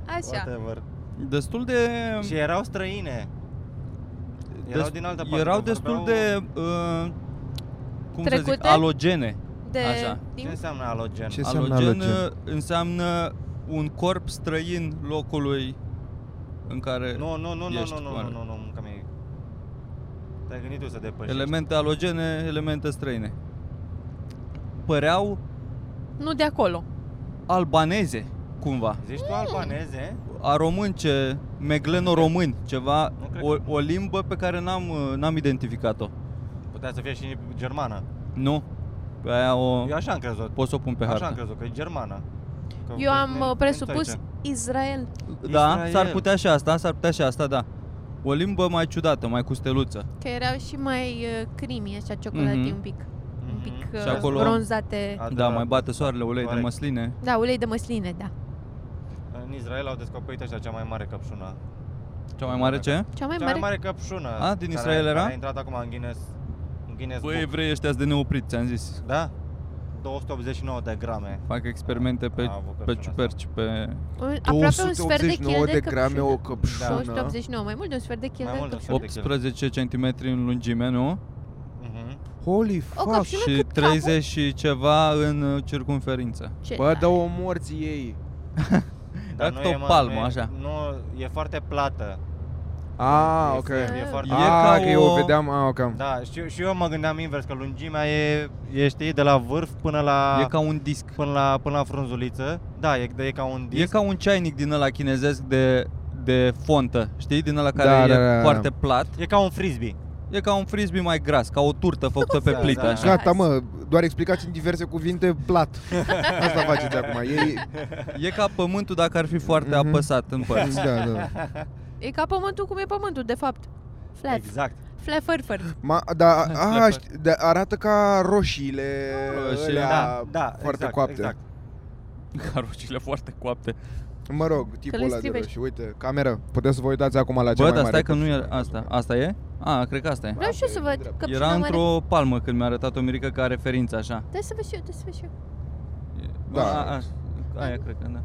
Speaker 3: Așa.
Speaker 4: Whatever.
Speaker 2: destul de...
Speaker 4: Și erau străine. Erau
Speaker 2: des-
Speaker 4: din altă parte.
Speaker 2: Erau
Speaker 4: că
Speaker 2: destul
Speaker 4: vorbeau-
Speaker 2: de... Uh, cum să zic?
Speaker 3: Trecute?
Speaker 2: Alogene.
Speaker 3: De...
Speaker 2: Așa.
Speaker 4: Ce
Speaker 3: Din...
Speaker 4: înseamnă alogen?
Speaker 1: Ce înseamnă
Speaker 2: Alogen,
Speaker 1: alogen?
Speaker 2: uh, înseamnă un corp străin locului în care
Speaker 4: Nu, nu, nu, nu,
Speaker 2: ești
Speaker 4: nu, nu,
Speaker 2: oare?
Speaker 4: nu, nu, nu, nu, că mi Te-ai gândit tu să depășești.
Speaker 2: elemente alogene, elemente străine. Păreau
Speaker 3: Nu de acolo.
Speaker 2: albaneze, cumva.
Speaker 4: Zici tu albaneze?
Speaker 2: A românce, megleno-români, ceva,
Speaker 4: Nu cred
Speaker 2: o, o limbă pe care n-am, uh, n-am identificat-o.
Speaker 4: Putea să fie și germană.
Speaker 2: Nu? Pe aia o...
Speaker 4: Eu așa am crezut.
Speaker 2: Pot să o pun pe
Speaker 4: Așa am
Speaker 2: hartă.
Speaker 4: crezut, că e germană. Că
Speaker 3: Eu am
Speaker 4: ne-
Speaker 3: uh, presupus
Speaker 4: nemțoice.
Speaker 3: Israel.
Speaker 2: Da,
Speaker 4: Israel.
Speaker 2: s-ar putea și asta, s-ar putea și asta, da. O limbă mai ciudată, mai custeluță.
Speaker 3: Că erau și mai uh, crimi, așa, ciocolatii
Speaker 2: Mhm.
Speaker 3: un pic. Un
Speaker 4: Mhm. Adică
Speaker 3: pic
Speaker 2: Și
Speaker 3: uh,
Speaker 2: acolo-
Speaker 3: bronzate.
Speaker 2: Da,
Speaker 4: Adevărat.
Speaker 2: mai bate soarele, ulei de
Speaker 4: Corect.
Speaker 2: măsline.
Speaker 3: Da, ulei de măsline, da.
Speaker 4: În Israel au descoperit ăștia cea mai mare căpșună.
Speaker 2: Cea mai mare ce?
Speaker 3: Cea mai
Speaker 4: Cea
Speaker 3: mare...
Speaker 4: mai mare căpșună.
Speaker 2: A, din
Speaker 4: care-
Speaker 2: Israel era?
Speaker 4: care A intrat acum în Guinness. În Guinness
Speaker 2: Băi,
Speaker 4: Book.
Speaker 2: evrei ăștia de neoprit, ți-am zis.
Speaker 4: Da? 289 de grame.
Speaker 2: Fac experimente pe,
Speaker 4: A avut
Speaker 2: pe
Speaker 4: căpșuna
Speaker 2: ciuperci, pe...
Speaker 3: un- Aproape un sfert de kil
Speaker 1: 289 de
Speaker 3: de
Speaker 1: grame o
Speaker 3: căpșună.
Speaker 1: căpșună.
Speaker 3: 289, mai mult de un sfert de kil
Speaker 4: Da. Mai
Speaker 3: de
Speaker 4: mult de un
Speaker 3: căpșună.
Speaker 4: sfert de
Speaker 2: 18 cm în lungime, nu?
Speaker 4: asta. Mhm.
Speaker 1: Holy
Speaker 3: O
Speaker 1: fuck!
Speaker 3: căpșună
Speaker 2: Și
Speaker 3: cât
Speaker 2: 30 și ceva în uh, circunferință.
Speaker 3: capul? Ce
Speaker 1: Bă,
Speaker 3: tare.
Speaker 1: dă o morții ei.
Speaker 2: Ca
Speaker 4: Dar nu
Speaker 2: cât o
Speaker 4: e, mă,
Speaker 2: palmă,
Speaker 4: nu e-
Speaker 2: așa.
Speaker 4: Nu, e foarte plată.
Speaker 1: Ah,
Speaker 4: E-
Speaker 1: ok.
Speaker 4: E foarte
Speaker 2: E ca
Speaker 1: Ah, că eu
Speaker 2: o-
Speaker 1: o vedeam, ah, ok.
Speaker 4: Da, și, și eu mă gândeam invers, că lungimea e, e știi, de la vârf până la,
Speaker 2: E ca un disc.
Speaker 4: până la, până la frunzuliță. Da, e, e ca un disc.
Speaker 2: E ca un ceainic din ăla chinezesc de, de fontă, știi? Din ăla care
Speaker 1: Da,
Speaker 2: e
Speaker 1: da, da, da.
Speaker 2: foarte plat.
Speaker 4: E ca un frisbee.
Speaker 2: E ca un frisbee mai gras, ca o turtă făcută pe
Speaker 4: Da,
Speaker 2: plită,
Speaker 4: da.
Speaker 2: așa.
Speaker 1: Gata, mă, doar explicați în diverse cuvinte
Speaker 3: (laughs)
Speaker 1: plat. Asta faceți acum. Ei,
Speaker 2: E ca pământul dacă ar fi foarte
Speaker 1: Mhm.
Speaker 2: apăsat în
Speaker 1: (laughs)
Speaker 2: părți.
Speaker 1: da, da.
Speaker 3: E ca pământul cum e pământul, de fapt. Flat.
Speaker 4: Exact.
Speaker 3: Flefărfăr.
Speaker 1: Ma, da,
Speaker 2: (laughs)
Speaker 1: a,
Speaker 2: Flapper.
Speaker 1: ști- da, arată ca roșiile
Speaker 2: Roșii,
Speaker 1: alea,
Speaker 4: Da, da,
Speaker 1: foarte
Speaker 4: exact,
Speaker 1: coapte.
Speaker 4: Exact.
Speaker 2: Carucile foarte coapte.
Speaker 1: Mă rog,
Speaker 3: le
Speaker 1: tipul ăla de
Speaker 3: strivești.
Speaker 1: roșii. Uite, cameră, puteți să vă uitați acum la cea
Speaker 2: Bă,
Speaker 1: mai
Speaker 2: dar
Speaker 1: mare.
Speaker 2: stai că nu e asta. Asta e? A, cred că asta e.
Speaker 3: Vreau și eu să văd că
Speaker 2: Era într-o palmă când mi-a arătat o mirică ca referință, așa.
Speaker 3: Dă să văd și eu, dă să văd și eu.
Speaker 1: Da.
Speaker 2: A, a, aia cred că, da.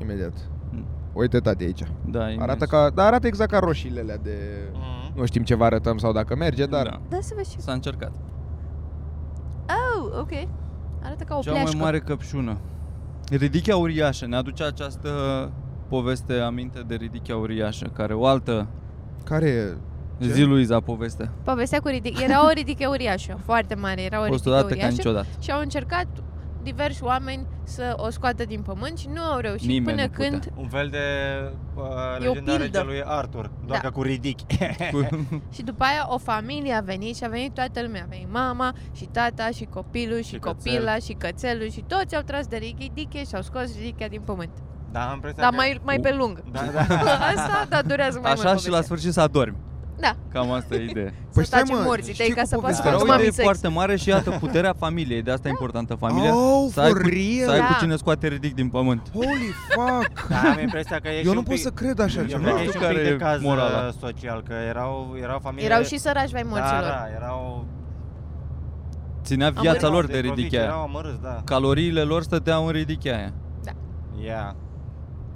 Speaker 1: Imediat.
Speaker 2: Mm.
Speaker 1: Uite, tati, aici.
Speaker 2: Da, e
Speaker 1: Arată
Speaker 2: imens.
Speaker 1: ca, dar arată exact ca roșiile alea de...
Speaker 4: Mhm.
Speaker 1: Nu știm ce vă arătăm sau dacă merge, dar...
Speaker 2: Da.
Speaker 3: Dă să văd și eu.
Speaker 2: S-a încercat.
Speaker 3: Oh, ok. Arată ca o
Speaker 2: Cea
Speaker 3: pleașcă.
Speaker 2: mai mare căpșună. Ridichea uriașă. Ne aduce această poveste aminte de ridichea uriașă, care o altă
Speaker 1: Care e? Ce?
Speaker 2: zi Luiza poveste.
Speaker 3: Povestea cu ridic. Era o ridică uriașă, foarte mare. Era o
Speaker 2: Fost
Speaker 3: ridică
Speaker 2: odată ca
Speaker 3: uriașă.
Speaker 2: niciodată.
Speaker 3: (laughs) Și au încercat diversi oameni să o scoată din pământ și nu au reușit
Speaker 2: Nimeni
Speaker 3: până
Speaker 2: nu putea.
Speaker 3: când (laughs)
Speaker 4: Un fel de uh,
Speaker 3: E o
Speaker 4: legenda
Speaker 3: pildă.
Speaker 4: regelui Arthur, doar
Speaker 3: Da.
Speaker 4: că cu ridic.
Speaker 2: Cu-
Speaker 3: și după aia o familie a venit și a venit toată lumea, a venit mama și tata și copilul și,
Speaker 4: Și
Speaker 3: copila și cățelul și toți au tras de ridiche și au scos ridichea din pământ.
Speaker 4: (laughs) Da, am impresia
Speaker 3: Dar
Speaker 4: că...
Speaker 2: (laughs)
Speaker 3: mai, mai pe lung.
Speaker 4: Da, da.
Speaker 3: Asta, dar durează mai
Speaker 2: Așa și
Speaker 3: mult
Speaker 2: la
Speaker 3: povestea.
Speaker 2: sfârșit să adormi.
Speaker 3: Da.
Speaker 2: Cam asta e
Speaker 3: (laughs)
Speaker 2: ideea.
Speaker 1: Păi
Speaker 3: să
Speaker 1: stai,
Speaker 3: taci
Speaker 1: mă,
Speaker 3: morții tăi
Speaker 1: știi
Speaker 3: ca
Speaker 1: cu
Speaker 3: să poți să
Speaker 1: povestea
Speaker 2: Dar
Speaker 1: Spune-ți mami
Speaker 2: o idee
Speaker 3: faci mami sex.
Speaker 2: foarte mare și iată puterea familiei. De asta e importantă familia.
Speaker 1: Oh,
Speaker 2: să ai
Speaker 1: for
Speaker 2: cu,
Speaker 1: real?
Speaker 2: Să ai cu
Speaker 3: Da.
Speaker 2: cine scoate ridic din pământ.
Speaker 1: Holy fuck!
Speaker 4: Dar da, am impresia că e și
Speaker 1: Eu
Speaker 4: un
Speaker 1: nu pot
Speaker 4: pic,
Speaker 1: să cred așa
Speaker 4: eu
Speaker 1: ceva.
Speaker 4: cred că
Speaker 2: Nu
Speaker 4: e și
Speaker 2: știu
Speaker 4: un pic
Speaker 2: care
Speaker 4: de
Speaker 2: e
Speaker 4: caz
Speaker 2: morala.
Speaker 4: uh, social, că erau, erau familii...
Speaker 3: Erau și sărași vai morților.
Speaker 4: Da, da, erau...
Speaker 2: Ținea
Speaker 3: Am
Speaker 2: viața
Speaker 4: erau
Speaker 2: lor de
Speaker 4: provici,
Speaker 2: ridichea aia.
Speaker 4: Erau amărâți, da.
Speaker 2: Caloriile lor stăteau în ridichea aia.
Speaker 4: Yeah.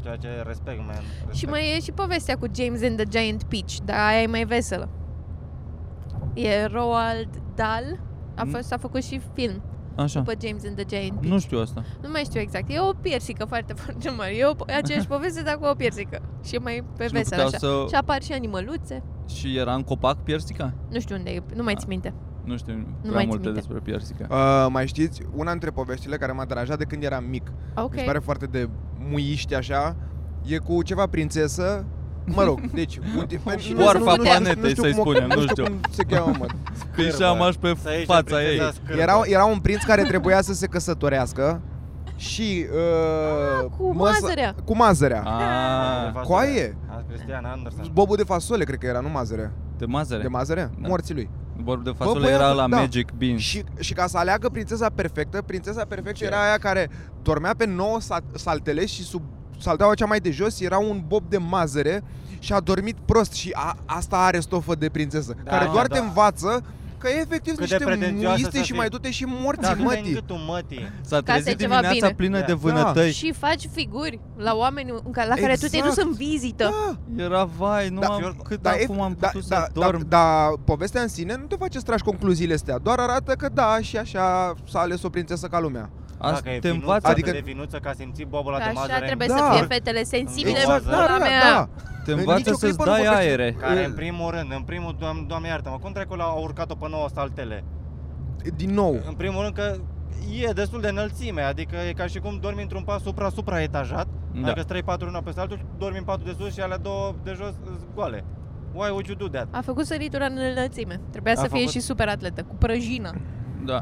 Speaker 4: Ceea ce respect, man. Respect.
Speaker 3: Și mai e și povestea cu James and the Giant Peach, dar aia e mai veselă. E Roald Dahl, a,
Speaker 2: Mm.
Speaker 3: fost, a făcut și film
Speaker 2: Așa.
Speaker 3: după James and the Giant Peach.
Speaker 2: Nu știu asta.
Speaker 3: Nu mai știu exact. E o piersică foarte, (laughs) foarte mare. E o, aceeași poveste, dar cu o piersică. Și e mai pe
Speaker 2: Și nu
Speaker 3: vesel
Speaker 2: puteau
Speaker 3: așa. Și
Speaker 2: să...
Speaker 3: apar și animăluțe.
Speaker 2: Și era în copac piersica?
Speaker 3: Nu știu unde e, nu mai
Speaker 2: Ah.
Speaker 3: ți minte.
Speaker 2: Nu știu
Speaker 3: mai
Speaker 2: prea
Speaker 3: țin
Speaker 2: multe
Speaker 3: minte.
Speaker 2: despre piersica.
Speaker 1: Uh, mai știți, una dintre poveștile care m-a deranjat de când eram mic,
Speaker 3: Ok.
Speaker 1: mi se pare foarte de muiști așa, e cu ceva prințesă, mă rog, deci... Un tip,
Speaker 3: Oarfa
Speaker 2: planetei, să-i
Speaker 1: cum o-
Speaker 2: spunem, nu
Speaker 1: nu știu.
Speaker 2: știu.
Speaker 1: cum se cheamă, mă.
Speaker 2: Când și am aș pe
Speaker 4: Să ieși
Speaker 2: fața ei.
Speaker 4: prințesa scârbă.
Speaker 1: Era, era un prinț care trebuia să se căsătorească și... Uh,
Speaker 3: Cu
Speaker 1: mă, să-
Speaker 3: mazărea.
Speaker 1: Cu mazărea.
Speaker 4: Ah,
Speaker 2: Ah,
Speaker 4: de
Speaker 1: Coaie?
Speaker 4: față. Ah, Cristian Anderson.
Speaker 1: Bobul de fasole, cred că era, nu mazăre.
Speaker 2: de mazăre.
Speaker 1: De
Speaker 2: De
Speaker 1: mazăre?
Speaker 2: Da.
Speaker 1: Morții lui.
Speaker 2: Vorb de fasole
Speaker 1: băiatul,
Speaker 2: era la
Speaker 1: da.
Speaker 2: Magic Beans.
Speaker 1: Și, și ca să aleagă prințesa perfectă, prințesa perfectă
Speaker 2: Mm. Ce?
Speaker 1: era aia care dormea pe 9 saltele și sub salteaua cea mai de jos era un bob de mazăre și a dormit prost și a, asta are stofă de prințesă,
Speaker 4: Da,
Speaker 1: care
Speaker 4: da,
Speaker 1: doar
Speaker 4: da.
Speaker 1: te învață că e efectiv
Speaker 4: Cât de
Speaker 1: niște
Speaker 4: pretențioasă
Speaker 1: muiste
Speaker 4: să
Speaker 1: și
Speaker 4: fii.
Speaker 1: mai dute și
Speaker 4: Da,
Speaker 1: morți
Speaker 4: du în
Speaker 1: mătii.
Speaker 4: gâtul mătii.
Speaker 2: S-a
Speaker 3: Ca să-i
Speaker 2: trezit
Speaker 3: ceva
Speaker 2: dimineața
Speaker 3: bine.
Speaker 2: plină
Speaker 4: Da.
Speaker 2: de vânătăi.
Speaker 3: Și faci figuri la oameni în ca- la care tu te-ai dus
Speaker 1: Exact.
Speaker 3: în vizită.
Speaker 1: Da,
Speaker 2: Era vai, nu
Speaker 1: Da,
Speaker 2: am,
Speaker 4: Fior-
Speaker 2: cât
Speaker 1: da, e-
Speaker 2: acum am
Speaker 1: da,
Speaker 2: putut
Speaker 1: da,
Speaker 2: să
Speaker 1: da,
Speaker 2: dorm.
Speaker 1: da, povestea în sine nu te face să tragi concluziile astea, doar arată că da, și așa s-a ales o prințesă ca lumea.
Speaker 4: Dacă
Speaker 2: Asta
Speaker 4: e
Speaker 2: te
Speaker 4: finuță,
Speaker 2: învață,
Speaker 1: Adică-
Speaker 4: adică... de finuță ca simți bobul
Speaker 3: Că
Speaker 4: ăla de
Speaker 3: așa
Speaker 4: mazăre în
Speaker 3: trebuie
Speaker 1: Da.
Speaker 3: să fie fetele sensibile.
Speaker 4: Exact,
Speaker 3: pula mea.
Speaker 2: te
Speaker 1: în
Speaker 2: învață
Speaker 1: nicio
Speaker 2: să-ți
Speaker 1: clipă nu
Speaker 2: dai
Speaker 1: vorbește-
Speaker 2: aere.
Speaker 4: Care în primul rând, în primul, doamne, doamne iartă-mă, cum trecul a urcat-o pe 9 saltele?
Speaker 1: Din nou.
Speaker 4: În primul rând că e destul de înălțime, adică e ca și cum dormi într-un pas supra-supra-etajat, da.
Speaker 2: Da.
Speaker 4: adică 3 patru una pe altul, și dormi în patul de sus și alea două de jos sunt goale. Why would you do that?
Speaker 3: A făcut săritura în înălțime. Trebuia
Speaker 4: A
Speaker 3: să fie
Speaker 4: făcut-
Speaker 3: și super atletă, cu prăjină.
Speaker 2: Da.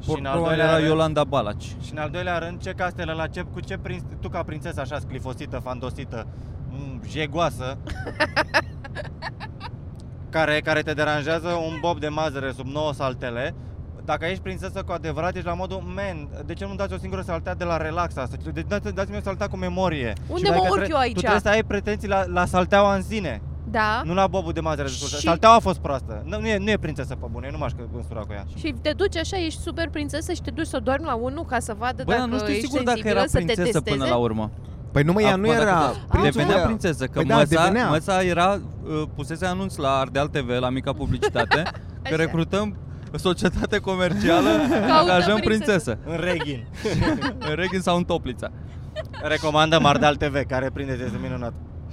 Speaker 4: Și în al
Speaker 2: Probabil
Speaker 4: doilea
Speaker 2: era
Speaker 4: rând-
Speaker 2: Iolanda Balaci.
Speaker 3: Da,
Speaker 4: Și în al doilea rând, ce castele la ce, cu ce prin, tu ca prințesă așa sclifosită, fandosită, mm,
Speaker 3: (laughs)
Speaker 4: jegoasă, care, care te deranjează un bob de mazăre sub 9 saltele, dacă ești prințesă cu adevărat, ești la modul, man, de ce nu dați o singură saltea de la relax asta? Deci dați, dați-mi o saltea cu memorie.
Speaker 3: Unde
Speaker 4: adică
Speaker 3: mă urc
Speaker 4: tre-
Speaker 3: eu aici?
Speaker 4: Tu trebuie să ai pretenții la, la salteaua în sine,
Speaker 3: Da?
Speaker 4: nu la bobul de mazăre. de sus.
Speaker 3: Și-
Speaker 4: Salteaua a fost proastă. Nu, nu, e, nu e prințesă pe bune, eu nu m-aș însura cu ea.
Speaker 3: Și te duci așa, ești super prințesă și te duci să dormi la unul ca să vadă
Speaker 2: Băi,
Speaker 3: dacă
Speaker 2: dar nu știu
Speaker 3: ești
Speaker 2: sigur dacă
Speaker 3: sensibilă,
Speaker 2: era
Speaker 3: să te
Speaker 2: prințesă
Speaker 3: testeze.
Speaker 2: până la urmă.
Speaker 1: Păi nu mă, ea
Speaker 2: Acum,
Speaker 1: nu era
Speaker 2: dacă-
Speaker 1: prințul
Speaker 2: Devenea
Speaker 1: ăla.
Speaker 2: prințesă, că
Speaker 1: Păi da,
Speaker 2: măsa,
Speaker 1: devenea.
Speaker 2: măsa era, uh, pusese anunț la Ardeal TV, la mica
Speaker 3: (laughs)
Speaker 2: publicitate, că
Speaker 3: Așa.
Speaker 2: recrutăm societate
Speaker 3: (laughs)
Speaker 2: comercială, angajăm prințesă.
Speaker 4: În Reghin.
Speaker 2: În Reghin sau în Toplița.
Speaker 4: Recomandă Mardal TV, care prinde este minunat.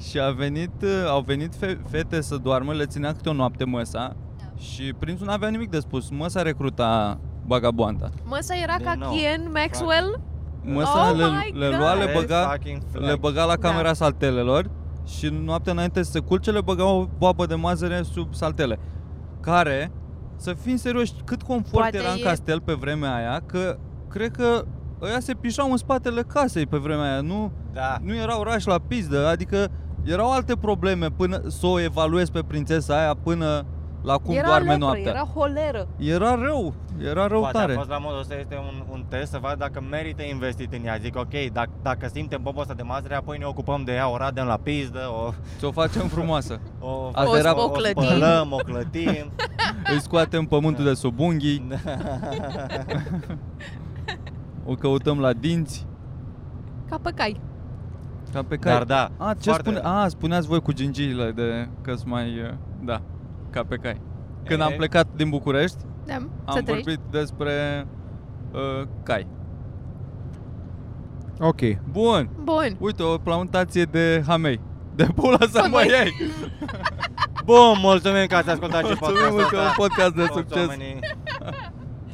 Speaker 2: Și a venit, uh, au venit fe- fete să doarmă, le ținea câte o noapte măsa
Speaker 3: Da.
Speaker 2: și prințul n-avea nimic de spus. Măsa recruta bagaboanta.
Speaker 3: Măsa era
Speaker 4: Din
Speaker 3: ca
Speaker 4: nou.
Speaker 3: Kien Maxwell?
Speaker 2: Măsa
Speaker 3: Oh
Speaker 2: le,
Speaker 3: my
Speaker 2: le
Speaker 3: God!
Speaker 2: lua, le
Speaker 4: Red
Speaker 2: băga,
Speaker 4: fucking flag.
Speaker 2: le băga la camera
Speaker 3: Da.
Speaker 2: saltelelor și noaptea înainte să se culce le băga o boabă de mazăre sub saltele. Care, să fim serioși, cât confort
Speaker 3: Poate
Speaker 2: era în
Speaker 3: e-
Speaker 2: castel pe vremea aia, că cred că ăia se pișau în spatele casei pe vremea aia, nu,
Speaker 4: Da.
Speaker 2: nu era oraș la pizdă, adică erau alte probleme până să o evaluezi pe prințesa aia până la cum
Speaker 3: era
Speaker 2: doarme
Speaker 3: lepră,
Speaker 2: noaptea.
Speaker 3: era holeră.
Speaker 2: era rău, era rău
Speaker 4: Poate
Speaker 2: tare.
Speaker 4: a fost la modul să este un, un test să vadă dacă merită investit în ea. Zic, ok, dacă, dacă simtem bobul ăsta de mazăre, apoi ne ocupăm de ea, o radem la pizdă, o,
Speaker 2: Ți-o facem frumoasă.
Speaker 4: o,
Speaker 2: Asta O era-
Speaker 3: spoclătim.
Speaker 4: o spălăm, o
Speaker 2: (laughs)
Speaker 4: clătim.
Speaker 2: Îi scoatem pământul de sub unghii, o căutăm la dinți,
Speaker 3: Ca păcai.
Speaker 2: ca pe cai.
Speaker 4: Dar da,
Speaker 2: A, ce
Speaker 4: foarte-
Speaker 2: spune? A, spuneați voi cu gingiile de că mai... uh, Da, ca pe cai. Când
Speaker 4: E,
Speaker 2: am plecat din București,
Speaker 3: Da, să
Speaker 2: am
Speaker 3: trăiești.
Speaker 2: vorbit despre uh, cai.
Speaker 1: Ok.
Speaker 2: Bun,
Speaker 3: Bun.
Speaker 2: uite, o plantație de hamei. De pula să
Speaker 3: Păi,
Speaker 2: mă
Speaker 3: băi.
Speaker 2: iei!
Speaker 4: Bun, mulțumim că ați ascultat și
Speaker 2: Mulțumim,
Speaker 4: podcastul
Speaker 2: uite, un
Speaker 4: ăsta.
Speaker 2: podcast de
Speaker 4: Toți
Speaker 2: succes.
Speaker 4: oamenii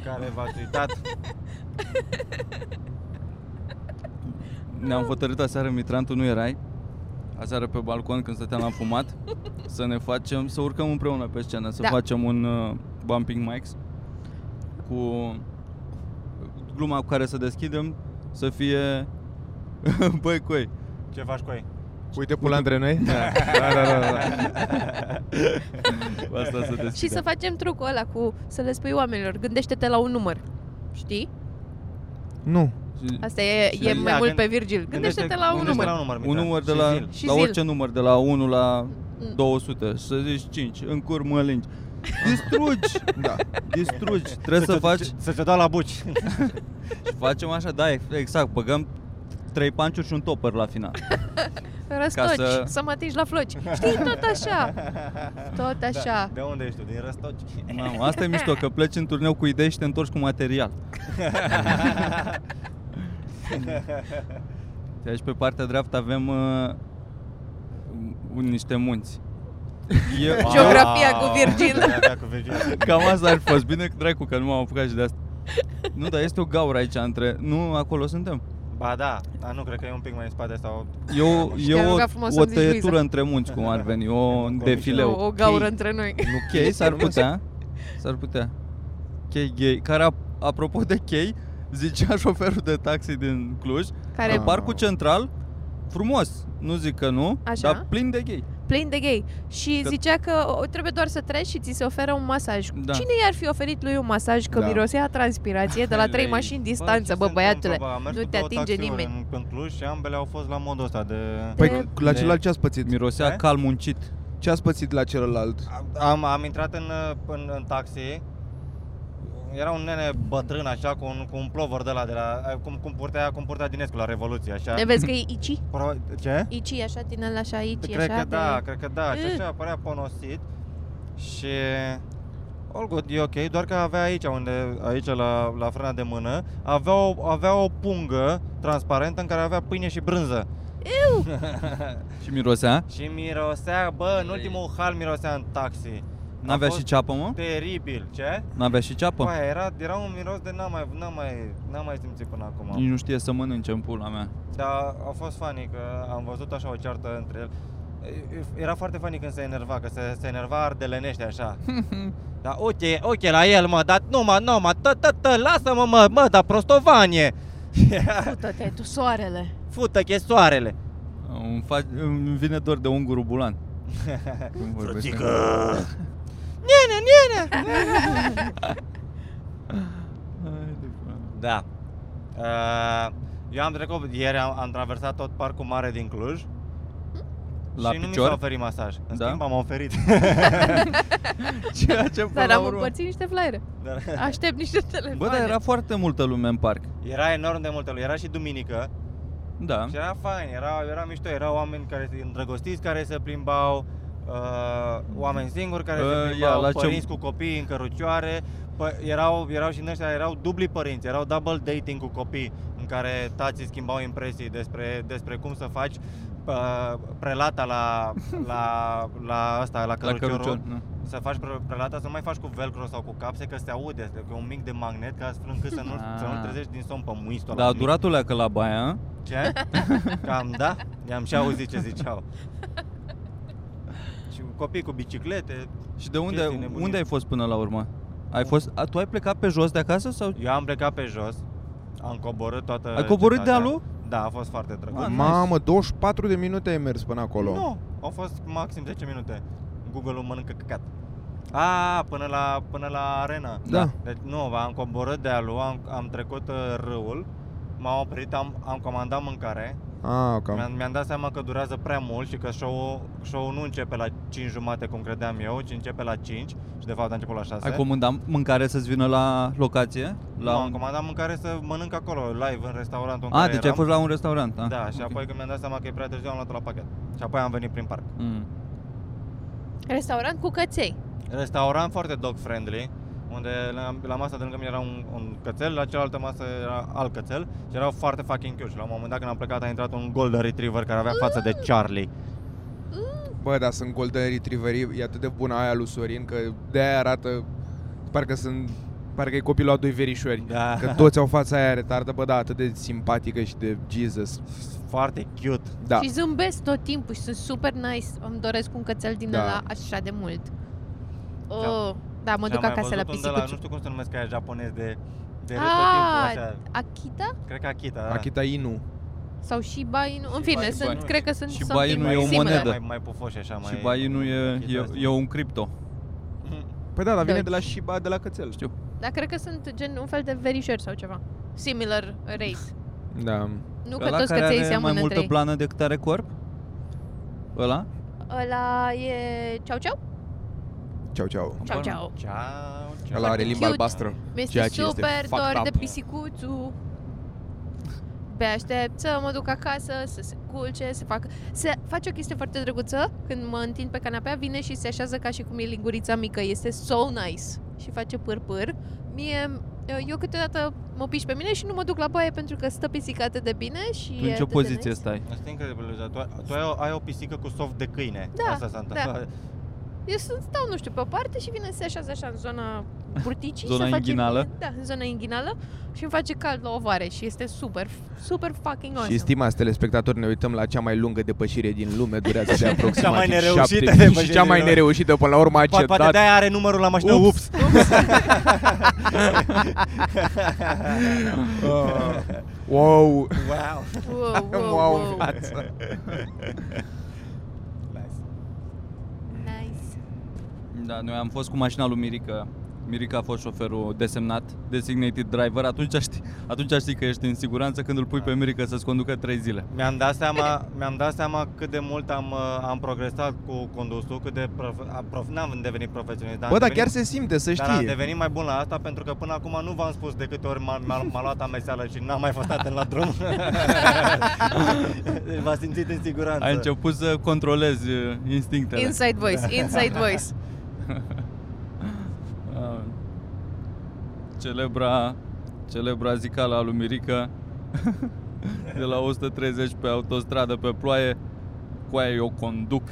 Speaker 4: care v-ați uitat.
Speaker 2: Ne-am hotărât aseară, Mitran, tu nu erai, aseară pe balcon când stăteam la fumat, să ne facem, să urcăm împreună pe scenă, să
Speaker 3: Da.
Speaker 2: facem un uh, bumping mics cu gluma cu care să deschidem, să fie... (laughs) Băi, coi,
Speaker 4: Ce faci cu ei?
Speaker 1: Uite pula între noi. Da, da, da. da, da.
Speaker 2: Cu Asta să te
Speaker 3: Și să facem trucul ăla cu să le spui oamenilor, gândește-te la un număr. Știi?
Speaker 1: Nu.
Speaker 3: Asta e,
Speaker 2: Și-
Speaker 3: e mai
Speaker 4: Ia,
Speaker 3: mult
Speaker 4: gând-
Speaker 3: pe Virgil. Gândește-te la un număr.
Speaker 4: gândește-te la un număr,
Speaker 2: un
Speaker 4: Mitra.
Speaker 2: număr de
Speaker 4: Da. Și
Speaker 2: la,
Speaker 4: zil.
Speaker 3: Și
Speaker 2: la
Speaker 3: zil.
Speaker 2: orice număr, de la 1 la
Speaker 3: Mm.
Speaker 2: 200, să zici 5, în cur mă lingi. Distrugi,
Speaker 1: Da.
Speaker 2: distrugi, trebuie să
Speaker 4: te-
Speaker 2: faci,
Speaker 4: Să te dau la buci.
Speaker 2: și facem așa, da, e- exact, băgăm trei panciuri și un topper la final.
Speaker 3: Răstoci,
Speaker 2: să-
Speaker 3: să... să mă atingi la floci. Știi, tot așa.
Speaker 2: (laughs)
Speaker 3: Tot
Speaker 4: Da.
Speaker 3: așa.
Speaker 4: De unde ești tu? Din Răstoci.
Speaker 2: Mamă, asta e mișto, că pleci în turneu cu idei și te întorci cu material. De aici pe partea dreaptă avem uh, un- niște munți. Eu,
Speaker 3: (laughs)
Speaker 4: Wow.
Speaker 3: (laughs) Geografia cu Virgil.
Speaker 4: Geografia cu Virgil.
Speaker 2: Cam asta ar fi fost. Bine, dracu, că nu m-am apucat și de asta. Nu, dar este o gaură aici între... Nu, acolo suntem.
Speaker 4: Ba da, dar nu, cred că e un pic mai în spate sau...
Speaker 2: Eu,
Speaker 3: Și te-am
Speaker 2: eu o,
Speaker 3: rugat frumos
Speaker 2: o
Speaker 3: să-mi zici,
Speaker 2: tăietură
Speaker 3: Luiza.
Speaker 2: între munți, cum ar veni, o
Speaker 4: Comision.
Speaker 2: defileu.
Speaker 3: O, o gaură
Speaker 2: Chei-
Speaker 3: între
Speaker 4: (laughs)
Speaker 3: noi.
Speaker 2: Nu, chei, s-ar putea. S-ar putea. Chei gay. Care, ap- apropo de chei, zicea (laughs) șoferul de taxi din Cluj,
Speaker 3: Care
Speaker 2: În
Speaker 1: Ah.
Speaker 2: parcul central, frumos, nu zic că nu,
Speaker 3: Așa.
Speaker 2: dar plin de gay.
Speaker 3: plin de gay. Și
Speaker 2: Că-
Speaker 3: zicea că o- trebuie doar să treci și ți se oferă un masaj.
Speaker 2: Da.
Speaker 3: Cine i-ar fi oferit lui un masaj că
Speaker 1: Da.
Speaker 3: mirosea a transpirație de la
Speaker 2: Hai,
Speaker 3: trei
Speaker 2: lei.
Speaker 3: mașini
Speaker 4: Bă,
Speaker 3: distanță,
Speaker 4: ce
Speaker 3: bă,
Speaker 4: se
Speaker 3: băiatule?
Speaker 4: întâmplă, bă? Am mers
Speaker 3: nu
Speaker 4: cu
Speaker 3: te
Speaker 4: două
Speaker 3: atinge
Speaker 4: taxiuri
Speaker 3: nimeni.
Speaker 4: În, în Cluj și ambele au fost la modul ăsta de...
Speaker 1: Păi la
Speaker 4: de-
Speaker 1: celălalt ce ați pățit?
Speaker 2: Mirosea
Speaker 4: Ce?
Speaker 2: cal muncit.
Speaker 1: Ce ați pățit la celălalt?
Speaker 4: Am, am intrat în, uh, în, în taxi era un nene bătrân așa cu un, cu un plover de la, de la cum, cum purtea, cum purtea Dinescu la Revoluție așa.
Speaker 3: Ne vezi că e ici?
Speaker 4: Pro, ce?
Speaker 3: Ici, așa, din ăla, așa, ici,
Speaker 4: Cred
Speaker 3: Deci așa.
Speaker 4: că
Speaker 3: de-
Speaker 4: da, cred că da. Și
Speaker 3: Mm.
Speaker 4: așa apărea ponosit și all good, e ok, doar că avea aici, unde, aici la, la frâna de mână, avea o, avea o pungă transparentă în care avea pâine și brânză.
Speaker 2: Și mirosea.
Speaker 4: (laughs) Și mirosea, bă, în
Speaker 2: Ei.
Speaker 4: ultimul hal mirosea în taxi.
Speaker 2: N-avea
Speaker 4: A fost
Speaker 2: și ceapă, mă?
Speaker 4: Teribil, ce?
Speaker 2: N-avea și ceapă?
Speaker 4: Bă, era, era un miros de n-am mai, n-am mai, n-am mai simțit până acum.
Speaker 2: Nici nu știe să mănânce în pula mea.
Speaker 4: Dar a fost funny că am văzut așa o ceartă între el. Era foarte funny când se enerva, că se, se enerva ardelenește așa. dar uite, uite la el, mă, dar nu, mă, nu, mă, tă, tă, tă, lasă-mă, mă, mă, dar prostovanie. (laughs)
Speaker 3: Fută-te, tu, soarele.
Speaker 4: Fută că e soarele.
Speaker 2: Îmi, fac, îmi vine dor de ungurul
Speaker 4: (laughs)
Speaker 2: bulan. Când vorbește.
Speaker 4: Nene, nene.
Speaker 2: Hai de pula mea.
Speaker 4: da. Uh, eu am trecut, ieri am, am traversat tot parcul mare din Cluj
Speaker 2: La
Speaker 4: și nu mi s-a
Speaker 2: picior?
Speaker 4: oferit masaj. În
Speaker 2: Da?
Speaker 4: schimb am oferit. (laughs)
Speaker 2: Ceea ce până
Speaker 3: Dar
Speaker 2: la
Speaker 3: am
Speaker 2: urmă.
Speaker 3: împărțit niște flyere.
Speaker 4: Da. Dar-
Speaker 3: Aștept niște telefoane.
Speaker 2: Bă, dar era foarte multă lume în parc.
Speaker 4: Era enorm de multă lume, era și duminică
Speaker 2: Da.
Speaker 4: și era fain, era, era mișto, erau oameni care se îndrăgostiți care se plimbau, uh, oameni singuri care
Speaker 2: Uh, ia,
Speaker 4: se plimbau,
Speaker 2: la ce-
Speaker 4: părinți cu copii în cărucioare, pă- erau, erau și din ăștia, erau dubli părinți, erau double dating cu copii în care tații schimbau impresii despre, despre cum să faci uh, prelata
Speaker 2: (laughs)
Speaker 4: la, la, la asta, la
Speaker 2: La
Speaker 4: căruciorul,
Speaker 2: cărucior. nu.
Speaker 4: să faci pre- prelata, să nu mai faci cu velcro sau cu capse, că se aude, că e un mic de magnet, ca astfel încât să nu, să
Speaker 2: Ah. Da,
Speaker 4: nu trezești din somn pe muiți
Speaker 2: Dar a durat o leacă la baia.
Speaker 4: ce? (laughs) Cam da? I-am și auzit ce
Speaker 2: (laughs)
Speaker 4: ziceau. Și copii cu biciclete.
Speaker 2: Și de unde,
Speaker 4: Chestii nebunii.
Speaker 2: unde ai fost până la urmă? Ai fost, a, tu ai plecat pe jos de acasă sau?
Speaker 4: Eu am plecat pe jos, am coborât toată
Speaker 2: Ai coborât
Speaker 4: cetatea.
Speaker 2: dealul?
Speaker 4: Da, a fost foarte drăguț.
Speaker 2: Ah, nice.
Speaker 1: Mamă, 24 de minute ai mers până acolo.
Speaker 4: Nu, au fost maxim 10 minute. Google-ul mănâncă căcat. A, până la, până la arena.
Speaker 1: Da.
Speaker 4: Deci nu, am coborât dealul, am, am trecut uh, râul, m-am oprit, am, am comandat mâncare,
Speaker 1: Ah,
Speaker 2: Da.
Speaker 1: cam.
Speaker 4: Mi-am, mi-am dat seama că durează prea mult și că show-ul, show-ul nu începe la 5 jumate cum credeam eu, ci începe la 5 și de fapt a început la 6.
Speaker 2: Ai comandat mâncare să-ți vină la locație?
Speaker 4: la
Speaker 2: La
Speaker 4: da. nu, am comandat mâncare să mănânc acolo, live, în restaurantul în
Speaker 2: A,
Speaker 4: care
Speaker 2: deci ai
Speaker 4: eram.
Speaker 2: fost la un restaurant, da?
Speaker 4: Da, și
Speaker 2: Ok.
Speaker 4: apoi când mi-am dat seama că e prea târziu, am luat la pachet. Și apoi am venit prin parc.
Speaker 2: Mm.
Speaker 3: Restaurant cu căței.
Speaker 4: Restaurant foarte dog-friendly, unde la, la masa de lângă mine era un, un cățel, la cealaltă masă era alt cățel și erau foarte fucking cute. Și la un moment dat când am plecat a intrat un golden retriever care avea față de Charlie.
Speaker 1: Bă, dar sunt golden retrieveri, e atât de bună aia lui Sorin că de aia arată parcă sunt parcă e copilul a doi verișori.
Speaker 4: Da.
Speaker 1: Că toți au fața aia retardă, bă, da, atât de simpatică și de Jesus.
Speaker 4: Foarte cute.
Speaker 1: Da.
Speaker 3: Și zâmbesc tot timpul și sunt super nice. Îmi doresc un cățel din
Speaker 1: Da.
Speaker 3: ăla așa de mult. Oh, da, mă
Speaker 4: Și am
Speaker 3: duc
Speaker 4: mai
Speaker 3: acasă la
Speaker 4: văzut un de la, nu
Speaker 3: pisicuțu.
Speaker 4: știu cum se numesc aia japonez de, de
Speaker 3: Ah,
Speaker 4: tot timpul așa.
Speaker 3: Akita?
Speaker 4: Cred că Akita, da.
Speaker 1: Akita Inu.
Speaker 3: Sau și buy În
Speaker 4: Și
Speaker 3: fine,
Speaker 4: buy-in,
Speaker 3: sunt,
Speaker 2: buy-in.
Speaker 3: cred că sunt
Speaker 2: Și
Speaker 3: something
Speaker 2: buy-in-ul e o
Speaker 3: similar.
Speaker 2: monedă.
Speaker 4: Mai, mai pufos și așa, mai...
Speaker 2: Și Buy-in-ul e,
Speaker 4: chestia
Speaker 2: e,
Speaker 4: asta.
Speaker 2: e un cripto.
Speaker 5: Păi da, dar vine
Speaker 3: Da.
Speaker 5: de la Shiba, de la cățel.
Speaker 2: Știu.
Speaker 3: Dar cred că sunt gen un fel de verișori sau ceva. Similar rate.
Speaker 1: Da.
Speaker 3: Nu că
Speaker 2: Ăla
Speaker 3: toți
Speaker 2: care are
Speaker 3: căței
Speaker 2: mai
Speaker 3: seamănă
Speaker 2: multă
Speaker 3: între ei.
Speaker 2: blană decât are corp? Ăla?
Speaker 3: Ăla e ceau ceau?
Speaker 1: Ceau, ceau.
Speaker 3: (laughs) Ceau
Speaker 2: Bun.
Speaker 3: ceau.
Speaker 4: Ceau, ceau.
Speaker 5: Ăla are
Speaker 3: Foarte
Speaker 5: limba
Speaker 3: cute.
Speaker 5: albastră.
Speaker 3: Mi-este
Speaker 5: Ceea ce este
Speaker 3: super
Speaker 5: fucked
Speaker 3: dor
Speaker 5: up.
Speaker 3: de pisicuțu. Abia aștept să mă duc acasă, să se culce, să facă... Se face o chestie foarte drăguță, când mă întind pe canapea, vine și se așează ca și cum e lingurița mică. Este so nice și face pâr-pâr. Mie, eu câteodată mă piși pe mine și nu mă duc la baie pentru că stă pisicată de bine și
Speaker 2: Tu
Speaker 3: e
Speaker 2: în ce
Speaker 3: atât de
Speaker 2: poziție
Speaker 3: nice.
Speaker 2: stai?
Speaker 4: Asta e incredibil, Luiza. Tu, ai- tu ai, o, ai o pisică cu soft de câine.
Speaker 3: Da,
Speaker 4: Asta s-a întâmplat.
Speaker 3: Eu sunt, stau, nu știu, pe o parte și vine să se așează așa în zona burticii.
Speaker 2: Zona
Speaker 3: se face
Speaker 2: inghinală?
Speaker 3: Bine, da, în zona inghinală și îmi face cald la ovare și este super, super fucking awesome.
Speaker 1: Și stimați telespectatori, ne uităm la cea mai lungă depășire din lume, durează
Speaker 4: (laughs)
Speaker 1: de aproximativ
Speaker 4: Cea mai nereușită
Speaker 1: șapte minute și
Speaker 4: depășire
Speaker 1: cea mai
Speaker 4: din lume.
Speaker 1: nereușită până la urmă a
Speaker 4: Poate, poate
Speaker 1: cedat.
Speaker 4: de-aia are numărul la mașină. Ups!
Speaker 1: Deci Ups. Uh, wow.
Speaker 4: (laughs) wow! (laughs)
Speaker 3: Wow, wow,
Speaker 1: Wow,
Speaker 3: wow.
Speaker 1: viață.
Speaker 4: Nice.
Speaker 3: Nice.
Speaker 2: Da, noi am fost cu mașina lui Mirica. Mirica a fost șoferul desemnat, designated driver. Atunci știi, atunci știi că ești în siguranță când îl pui
Speaker 4: Da.
Speaker 2: pe Mirica să-ți conducă 3 zile.
Speaker 4: Mi-am dat seama, mi-am dat seama cât de mult am, uh, am progresat cu condusul, cât de prof, a- prof, n-am devenit profesionist, dar
Speaker 1: Bă,
Speaker 4: am
Speaker 1: dar
Speaker 4: devenit,
Speaker 1: chiar se simte, să
Speaker 4: dar am
Speaker 1: știi.
Speaker 4: devenit mai bun la asta pentru că până acum nu v-am spus de câte ori m-a, m-a, m-a luat ameseală și n-am mai fost atent la
Speaker 1: (laughs)
Speaker 4: drum. Deci V-ați simțit în siguranță.
Speaker 2: Ai început să controlezi uh, instinctele.
Speaker 3: Inside voice, inside voice.
Speaker 2: Uh, celebra, celebra zicală a lui Mirica (laughs) de la 130 pe autostradă pe ploaie cu aia eu conduc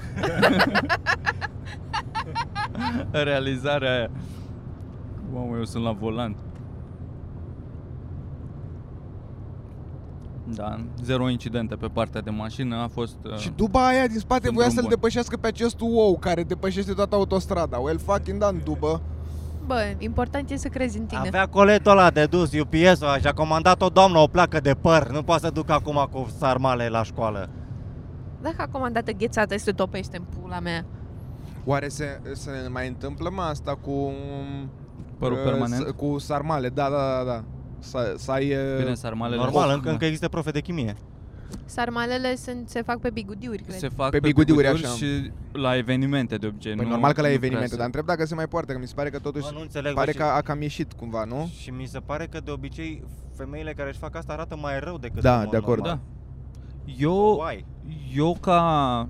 Speaker 2: (laughs) realizarea aia Mamă, eu sunt la volan da, zero incidente pe partea de mașină a fost uh,
Speaker 5: Și duba aia din spate
Speaker 2: În
Speaker 5: voia
Speaker 2: drum
Speaker 5: să-l
Speaker 2: bun.
Speaker 5: depășească pe acest ou care depășește toată autostrada. Well fucking done, dubă.
Speaker 3: Bă, important e să crezi în tine.
Speaker 4: Avea coletul ăla de dus, UPS-ul ăla și a comandat o doamnă o placă de păr. Nu poate să duc acum cu sarmale la școală.
Speaker 3: Dacă a comandat ghețată, se topește în pula mea.
Speaker 1: Oare se, se mai întâmplă mă asta cu...
Speaker 2: Părul
Speaker 1: uh,
Speaker 2: permanent?
Speaker 1: s- Cu sarmale, da, da, da, da. Să, să ai... uh,
Speaker 2: bine sarmalele
Speaker 4: Normal,
Speaker 2: Oh,
Speaker 4: încă,
Speaker 2: da.
Speaker 4: încă există profe de chimie.
Speaker 3: Sarmalele sunt, se fac pe bigudiuri, cred.
Speaker 2: se fac
Speaker 1: Pe
Speaker 2: pe,
Speaker 1: bigudiuri,
Speaker 2: bigudiuri,
Speaker 1: așa.
Speaker 2: și la evenimente de obicei.
Speaker 1: Păi
Speaker 2: nu,
Speaker 1: normal că la
Speaker 2: nu prea
Speaker 1: evenimente,
Speaker 2: se-
Speaker 1: dar întreb dacă se mai poartă, că mi se pare că totuși
Speaker 4: Bă, nu înțeleg, bă,
Speaker 1: pare
Speaker 4: și-
Speaker 1: că a cam ieșit cumva, nu?
Speaker 4: Și mi se pare că de obicei femeile care își fac asta arată mai rău decât
Speaker 1: Da,
Speaker 4: în mod
Speaker 1: de acord. Da.
Speaker 4: normal.
Speaker 2: Da. Eu,
Speaker 4: Why?
Speaker 2: eu ca,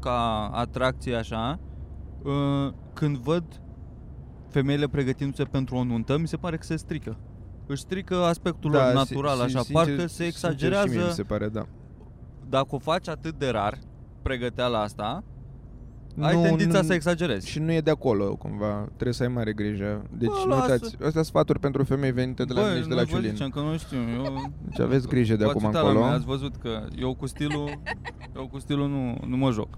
Speaker 2: ca atracție așa, ă, când văd femeile pregătindu-se pentru o nuntă, mi se pare că se strică. Își strică aspectul lor natural,
Speaker 1: Da, si- si-
Speaker 2: așa,
Speaker 1: sincer-
Speaker 2: parcă se
Speaker 1: sincer Și mie mi
Speaker 2: exagerează.
Speaker 1: se pare, da.
Speaker 2: Dacă o faci atât de rar, pregăteala asta,
Speaker 1: Nu,
Speaker 2: ai tendința
Speaker 1: nu-
Speaker 2: să exagerezi.
Speaker 1: Și nu e de acolo, cumva. Trebuie să ai mare grijă. Deci
Speaker 2: Bă,
Speaker 1: nu
Speaker 2: lasă.
Speaker 1: uitați. Astea sunt sfaturi pentru femei venite de la
Speaker 2: Băi,
Speaker 1: mine și de
Speaker 2: noi
Speaker 1: la
Speaker 2: vă
Speaker 1: Ciulin.
Speaker 2: ziceam că nu știu, eu
Speaker 1: Deci aveți grijă de
Speaker 2: V-ați
Speaker 1: acum
Speaker 2: uitat la
Speaker 1: încolo.
Speaker 2: Mine, ați văzut că eu cu stilul, eu cu stilul nu, nu mă joc.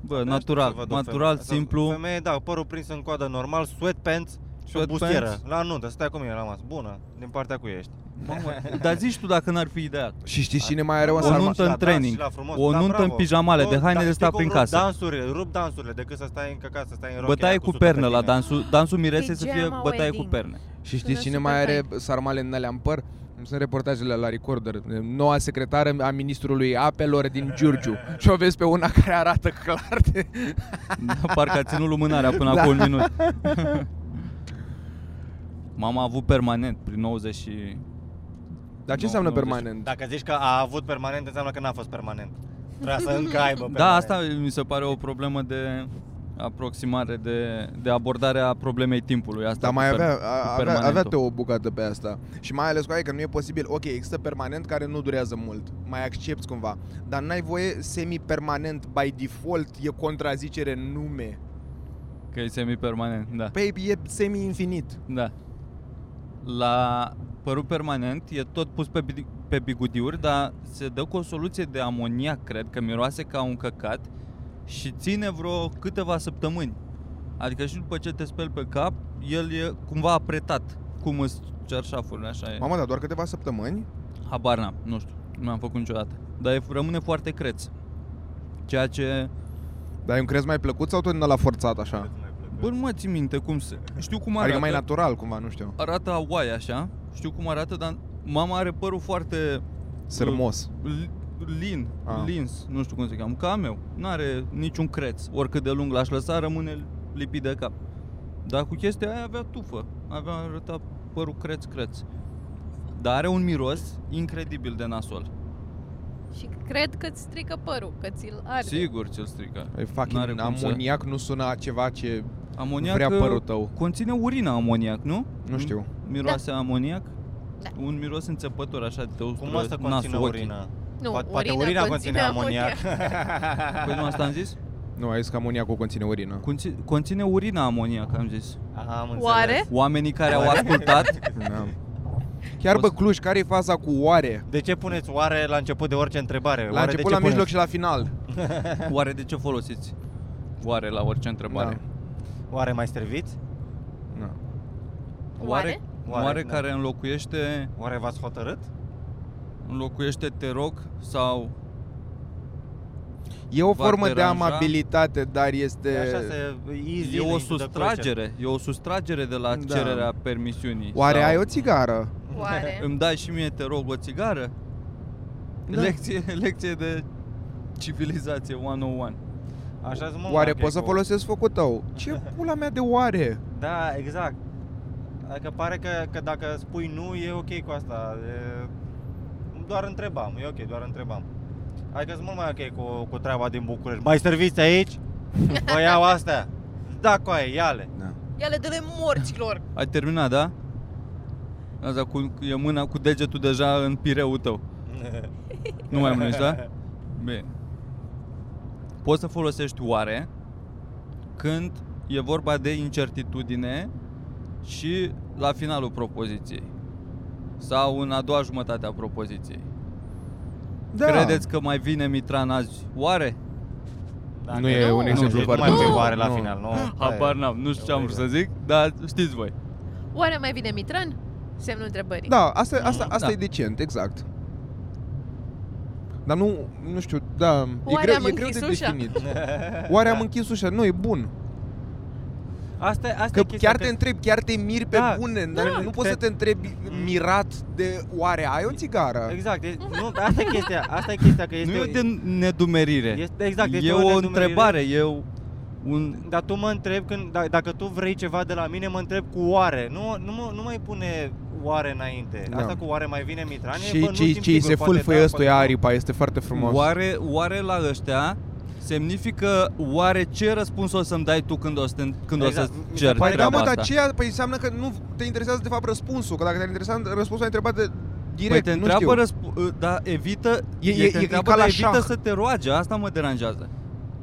Speaker 2: Bă, natural, natural, simplu.
Speaker 4: Femeie, da, părul prins în coadă normal, sweatpants și o
Speaker 2: Sweatpants.
Speaker 4: bustieră. La nuntă, stai cu mine la masă. Bună, din partea cu ești.
Speaker 2: Mamă, Dar zici tu dacă n-ar fi ideea.
Speaker 1: Și știi cine mai are o
Speaker 2: O
Speaker 1: sarmale?
Speaker 2: nuntă în
Speaker 4: la dans
Speaker 2: training,
Speaker 4: și la frumos,
Speaker 2: o
Speaker 4: da,
Speaker 2: nuntă
Speaker 4: bravo.
Speaker 2: în pijamale, de
Speaker 4: Nu,
Speaker 2: haine
Speaker 4: dar
Speaker 2: de
Speaker 4: știi
Speaker 2: stat
Speaker 4: cum
Speaker 2: prin
Speaker 4: rup
Speaker 2: casă.
Speaker 4: Dansurile, rup dansurile decât să stai în căcat, să stai în rochie
Speaker 2: Bătaie
Speaker 4: aia
Speaker 2: cu
Speaker 4: sută
Speaker 2: pernă
Speaker 4: pe
Speaker 2: la
Speaker 4: tine.
Speaker 2: dansul, dansul mirese să fie
Speaker 3: Pijama
Speaker 2: bătaie cu
Speaker 3: wedding.
Speaker 2: perne. (laughs)
Speaker 1: Și știi
Speaker 3: Sună
Speaker 1: cine
Speaker 3: super
Speaker 1: mai are
Speaker 3: fain.
Speaker 1: sarmale în alea în păr? Cum Sunt reportajele la Recorder. Noua secretară a ministrului apelor din Giurgiu. Și o vezi pe una (laughs) care arată clar de...
Speaker 2: Da, Parcă a ținut lumânarea până
Speaker 1: Da.
Speaker 2: acum un minut. (laughs) Mama a avut permanent prin 90 și...
Speaker 1: Dar ce
Speaker 2: Nu,
Speaker 1: înseamnă
Speaker 2: nu, deci-
Speaker 1: permanent?
Speaker 4: Dacă zici că a avut permanent, înseamnă că n-a fost permanent. Trebuia să încă aibă permanent.
Speaker 2: Da, asta mi se pare o problemă de aproximare, de, de abordarea problemei timpului. Asta
Speaker 1: Dar
Speaker 2: cu
Speaker 1: mai
Speaker 2: per-
Speaker 1: avea,
Speaker 2: cu
Speaker 1: a- avea,
Speaker 2: permanentul.
Speaker 1: avea te o bucată pe asta. Și mai ales cu aia că nu e posibil. Ok, există permanent care nu durează mult. Mai accepti cumva. Dar n-ai voie semi-permanent by default e contrazicere în nume.
Speaker 2: Că e semi-permanent, da.
Speaker 1: Păi e semi-infinit.
Speaker 2: da. La părul permanent e tot pus pe, bi- pe bigudiuri, dar se dă cu o soluție de amoniac, cred, că miroase ca un căcat și ține vreo câteva săptămâni. Adică și după ce te speli pe cap, el e cumva apretat, cum îți cerșafurile, așa e.
Speaker 1: Mamă, dar doar câteva săptămâni?
Speaker 2: Habar n-am, nu știu, nu am făcut niciodată. dar e- rămâne foarte creț. Ceea ce...
Speaker 1: Dar e un crez mai plăcut sau tot din la forțat așa?
Speaker 2: Bă, nu mă țin minte cum se... Știu cum arată.
Speaker 1: Adică mai natural cumva, nu știu.
Speaker 2: arată Hawaii așa, știu cum arată, dar mama are părul foarte
Speaker 1: Sărmos.
Speaker 2: l- lin,
Speaker 1: Ah.
Speaker 2: lins, nu știu cum se cheamă, ca a meu. Nu are niciun creț, oricât de lung l-aș lăsa, rămâne lipit de cap. Dar cu chestia aia avea tufă, avea arăta părul creț-creț. Dar are un miros incredibil de nasol.
Speaker 3: Și cred că ți strică părul, că ți-l arde.
Speaker 2: Sigur ți-l strică.
Speaker 1: E
Speaker 2: N-are
Speaker 1: fucking
Speaker 2: cum să-
Speaker 1: amoniac nu sună ceva ce
Speaker 2: Amoniac
Speaker 1: vrea
Speaker 2: uh, mm.
Speaker 1: părul tău.
Speaker 2: conține urina amoniac, nu?
Speaker 1: Nu știu.
Speaker 2: Miroase da. amoniac.
Speaker 3: Da.
Speaker 2: Un miros înțepător așa de te
Speaker 4: Cum o să
Speaker 2: nasul,
Speaker 4: conțină
Speaker 2: ochii.
Speaker 4: urina?
Speaker 3: Nu,
Speaker 4: Po- Poate urina
Speaker 3: (laughs)
Speaker 4: conține amoniac.
Speaker 2: Păi nu asta am zis?
Speaker 1: Nu, ai zis că amoniacul conține
Speaker 2: (laughs)
Speaker 1: urină.
Speaker 2: Conține, conține urina amoniac, am zis.
Speaker 4: Aha, (laughs) am
Speaker 3: Oare?
Speaker 4: înțeles.
Speaker 2: Oamenii care
Speaker 4: (laughs)
Speaker 2: au ascultat,
Speaker 1: Da. Chiar bă, Cluj, care e faza cu oare?
Speaker 4: De ce puneți oare la început de orice întrebare?
Speaker 1: La
Speaker 4: oare de
Speaker 1: început,
Speaker 4: ce
Speaker 1: la mijloc
Speaker 4: puneți?
Speaker 1: și la final.
Speaker 2: oare de ce folosiți? Da. Oare la orice întrebare.
Speaker 4: Oare mai serviți?
Speaker 1: Da.
Speaker 3: Oare?
Speaker 2: Oare, oare
Speaker 4: da.
Speaker 2: care înlocuiește,
Speaker 4: Oare v-ați hotărât?
Speaker 2: înlocuiește te rog sau
Speaker 1: E o
Speaker 2: V-ar
Speaker 1: formă de
Speaker 2: deranja?
Speaker 1: amabilitate, dar
Speaker 4: De...
Speaker 1: este...
Speaker 4: Așa se easy
Speaker 2: e o
Speaker 4: into the culture.
Speaker 2: sustragere, e o sustragere de la
Speaker 1: Da.
Speaker 2: cererea permisiunii.
Speaker 1: Oare
Speaker 2: sau,
Speaker 1: ai o țigară?
Speaker 2: (laughs)
Speaker 3: Oare?
Speaker 2: Îmi dai și mie te rog o țigară?
Speaker 1: Da.
Speaker 2: Lecție, (laughs) lecție de civilizație 101.
Speaker 4: Așa sunt mult
Speaker 1: Oare
Speaker 4: mai
Speaker 1: poți să
Speaker 4: ok cu-
Speaker 1: folosesc focul tău?
Speaker 4: (laughs)
Speaker 1: Ce pula mea de oare?
Speaker 4: Da, exact. Adică pare că, că dacă spui nu, e ok cu asta. E, doar întrebam, e ok, doar întrebam. Adică sunt mult mai ok cu, cu treaba din București. Mai serviți aici? Vă iau astea. Da, cu aia, ia-le.
Speaker 3: Ia le dă-le morților!
Speaker 2: Ai terminat, da? Asta cu, e mâna cu degetul deja în pireul (laughs) tău. Nu mai mănânci, da? Bine. Poți să folosești oare când e vorba de incertitudine și la finalul propoziției. Sau în a doua jumătate a propoziției.
Speaker 1: Da.
Speaker 2: Credeți că mai vine Mitran azi? Oare?
Speaker 1: Nu e
Speaker 3: nu,
Speaker 1: un
Speaker 3: nu,
Speaker 1: exemplu
Speaker 4: deci
Speaker 1: foarte
Speaker 4: Nu mai
Speaker 3: bun.
Speaker 4: pui oare la
Speaker 1: Nu.
Speaker 4: final, nu.
Speaker 2: Habar n-am, nu știu ce am vrut să zic, dar știți voi.
Speaker 3: Oare mai vine Mitran? Semnul întrebării.
Speaker 1: Da, asta, asta, asta
Speaker 2: Da.
Speaker 1: e decent, exact. Dar nu, nu știu, da,
Speaker 3: Oare
Speaker 1: e greu,
Speaker 3: am
Speaker 1: e greu de
Speaker 3: închis ușa?
Speaker 4: (laughs)
Speaker 1: definit. Oare
Speaker 4: Da.
Speaker 1: am închis ușa? Nu, e bun.
Speaker 4: Asta, asta
Speaker 1: Că
Speaker 4: e chestia,
Speaker 1: chiar te întrebi, chiar te miri pe
Speaker 4: Da.
Speaker 1: bune, dar
Speaker 4: Da. Mm.
Speaker 1: nu poți să te întrebi mirat de oare ai o țigară?
Speaker 4: Exact, e, nu, asta e chestia, asta e chestia că este...
Speaker 2: Nu e o de nedumerire.
Speaker 4: este exact, este
Speaker 2: e o
Speaker 4: nedumerire.
Speaker 2: întrebare, e o- un,
Speaker 4: Dar tu mă întreb, când, da- dacă tu vrei ceva de la mine, mă întreb cu oare. Nu, nu, mă, nu mai pune oare înainte.
Speaker 1: Da.
Speaker 4: Asta cu oare mai vine Mitran? e,
Speaker 1: Și
Speaker 4: bă, nu
Speaker 1: ce,
Speaker 4: știm
Speaker 1: ce
Speaker 4: sigur,
Speaker 1: se
Speaker 4: poate
Speaker 1: fâlfăie
Speaker 4: da,
Speaker 1: ăstuia
Speaker 4: poate nu.
Speaker 1: aripa, este foarte frumos.
Speaker 2: Oare, oare la ăștia semnifică oare ce răspuns o să-mi dai tu când o să, te- când
Speaker 4: Exact.
Speaker 2: o
Speaker 4: Mi
Speaker 2: să
Speaker 4: se
Speaker 2: cer
Speaker 1: Păi da,
Speaker 2: treaba
Speaker 1: mă, dar
Speaker 2: asta?
Speaker 1: ce păi înseamnă că nu te interesează de fapt răspunsul, că dacă te-ar interesa răspunsul, ai întrebat de direct,
Speaker 2: păi te
Speaker 1: nu știu.
Speaker 2: întreabă, răsp- dar evită,
Speaker 1: E-
Speaker 2: e,
Speaker 1: e-
Speaker 2: te
Speaker 1: e
Speaker 2: întreabă,
Speaker 1: ca la
Speaker 2: dar evită
Speaker 1: șah.
Speaker 2: să te roage, asta mă deranjează.